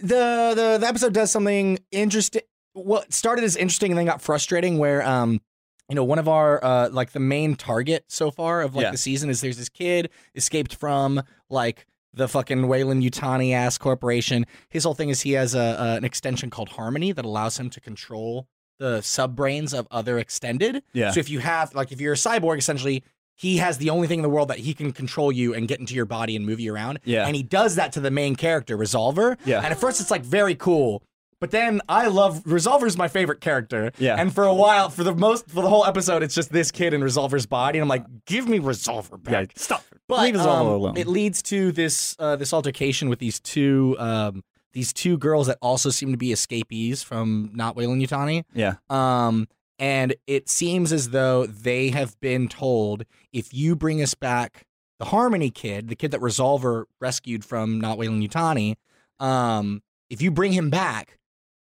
the the, the episode does something interesting what started as interesting and then got frustrating where um you know, one of our uh, like the main target so far of like
Yeah.
the season is there's this kid escaped from like the fucking Wayland Utani ass corporation. His whole thing is he has a, a an extension called Harmony that allows him to control the subbrains of other extended.
Yeah.
So if you have like if you're a cyborg, essentially he has the only thing in the world that he can control you and get into your body and move you around.
Yeah.
And he does that to the main character, Resolver.
Yeah.
And at first it's like very cool. But then I love Resolver's my favorite character.
Yeah.
And for a while, for the most for the whole episode, it's just this kid in Resolver's body. And I'm like, give me Resolver back.
stop.
But
Leave us all
um,
alone.
it leads to this uh, this altercation with these two um, these two girls that also seem to be escapees from not Wayland Yutani.
yeah.
Um, and it seems as though they have been told if you bring us back the Harmony kid, the kid that Resolver rescued from Not Wayland Yutani, um, if you bring him back,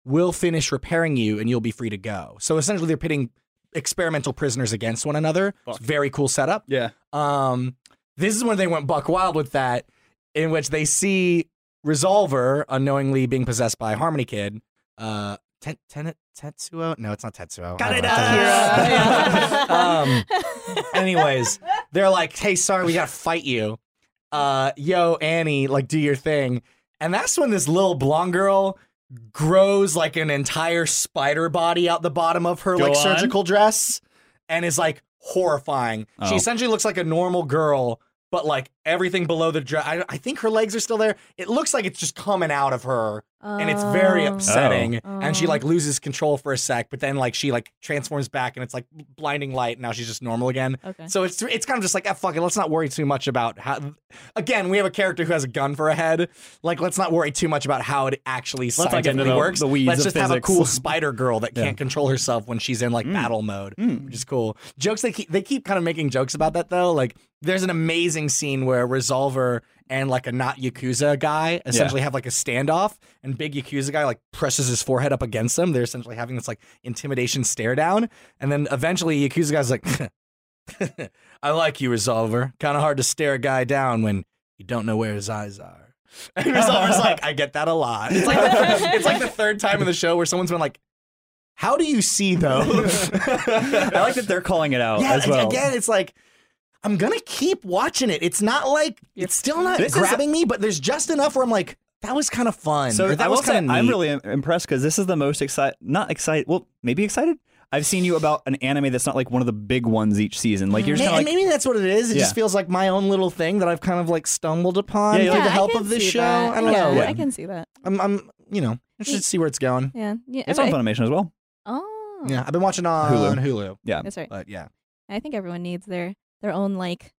we'll finish repairing you and you'll be free to go. So essentially, they're pitting experimental prisoners against one another. It's
Fuck.
very cool setup.
Yeah.
Um, this is when they went buck wild with that, in which they see Resolver unknowingly being possessed by Harmony Kid. Uh, ten, ten, Tetsuo? No, it's not Tetsuo. I don't know.
Akira.
um, anyways, they're like, "Hey, sorry, we gotta fight you." Uh, yo, Annie, like, do your thing. And that's when this little blonde girl grows like an entire spider body out the bottom of her
Go on.
like surgical dress, and is like horrifying. She
Oh.
essentially looks like a normal girl, but like everything below the dress. I, I think her legs are still there. It looks like it's just coming out of her and it's very
Oh.
upsetting and she
Oh.
like loses control for a sec but then like she like transforms back and it's like blinding light and now she's just normal again
Okay.
so it's it's kind of just like ah, fuck it let's not worry too much about how again we have a character who has a gun for a head like let's not worry too much about how it actually
not get into
scientifically
the-
works
the weeds
let's
of
just have a
physics.
cool spider girl that
Yeah. Mm.
can't control herself when she's in like battle mode which is cool jokes they keep they keep kind of making jokes about that though like there's an amazing scene where resolver and like a not yakuza guy essentially have like a standoff and big yakuza guy like presses his forehead up against them they're essentially having this like intimidation stare down and then eventually yakuza guy's like i like you resolver kind of hard to stare a guy down when you don't know where his eyes are and resolver's like i get that a lot it's like the, third- it's like the third time in the show where someone's been like how do you see though
I like that they're calling it out
yeah,
Oh, as
and
well.
again, it's like I'm gonna keep watching it. It's not like it's still not
This is-
grabbing me, but there's just enough where I'm like, that was kind of fun.
So
or that
I will
was
say,
kind of
I'm really im- impressed because this is the most excited, not excited, well, maybe excited. I've seen you about an anime that's not like one of the big ones each season. Like you're just
May-
kind of like,
maybe that's what it is. It
Yeah.
just feels like my own little thing that I've kind of like stumbled upon
Yeah,
through
yeah.
the
I
help
can
of this
see
show.
that.
I don't
yeah,
know.
I can see that.
I'm, I'm, you know, I should see where it's going.
Yeah. yeah
it's on
every-
Funimation as well.
Oh.
Yeah, I've been watching on
Hulu.
Hulu. Hulu,
That's right.
but yeah,
I think everyone needs their their own like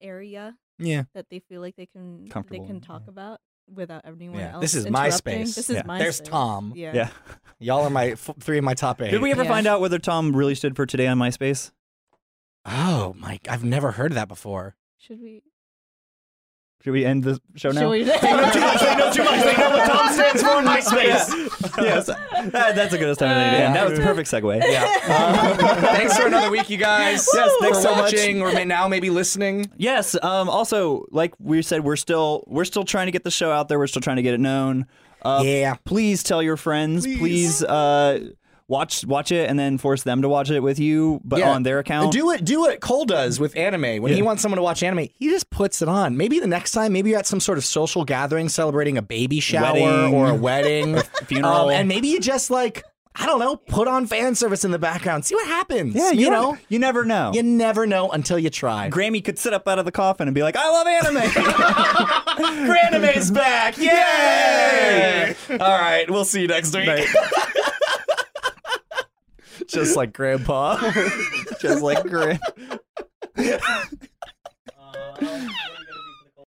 area
yeah.
that they feel like they can they
Comfortable
can
in,
talk about without everyone
Yeah,
else.
this is my
interrupting.
space.
This is
Yeah.
my
There's
space.
Tom.
Yeah.
Yeah.
Y'all are my f- three of my top eight.
Did we ever
Yeah.
find out whether Tom really stood for today on MySpace?
Oh my! I've never heard that before.
Should we?
Should we end the show now?
Should we?
They know too much. They know too much. They know what Tom stands for in
MySpace.
yes. That- that's a good time to end it.
Yeah.
That was a perfect segue.
Yeah. Uh, thanks for another week, you guys.
Yes, thanks
for
so much.
watching, or may- now maybe listening.
Yes. Um, also, like we said, we're still we're still trying to get the show out there. We're still trying to get it known. Uh,
Yeah.
Please tell your friends. Please, uh, watch watch it and then force them to watch it with you, but
Yeah.
on their account.
Do what do what Cole does with anime. When he wants someone to watch anime, he just puts it on. Maybe the next time, maybe you're at some sort of social gathering celebrating a baby shower
Wedding.
or a wedding, Um,
funeral.
and maybe you just like I don't know, put on fan service in the background, see what happens.
yeah,
you,
you,
know,
you never know.
you never know until you try.
Grammy could sit up out of the coffin and be like, "I love anime."
Granime's back! Yay! All right, we'll see you next week. just like Grandpa.
Just like Grammy.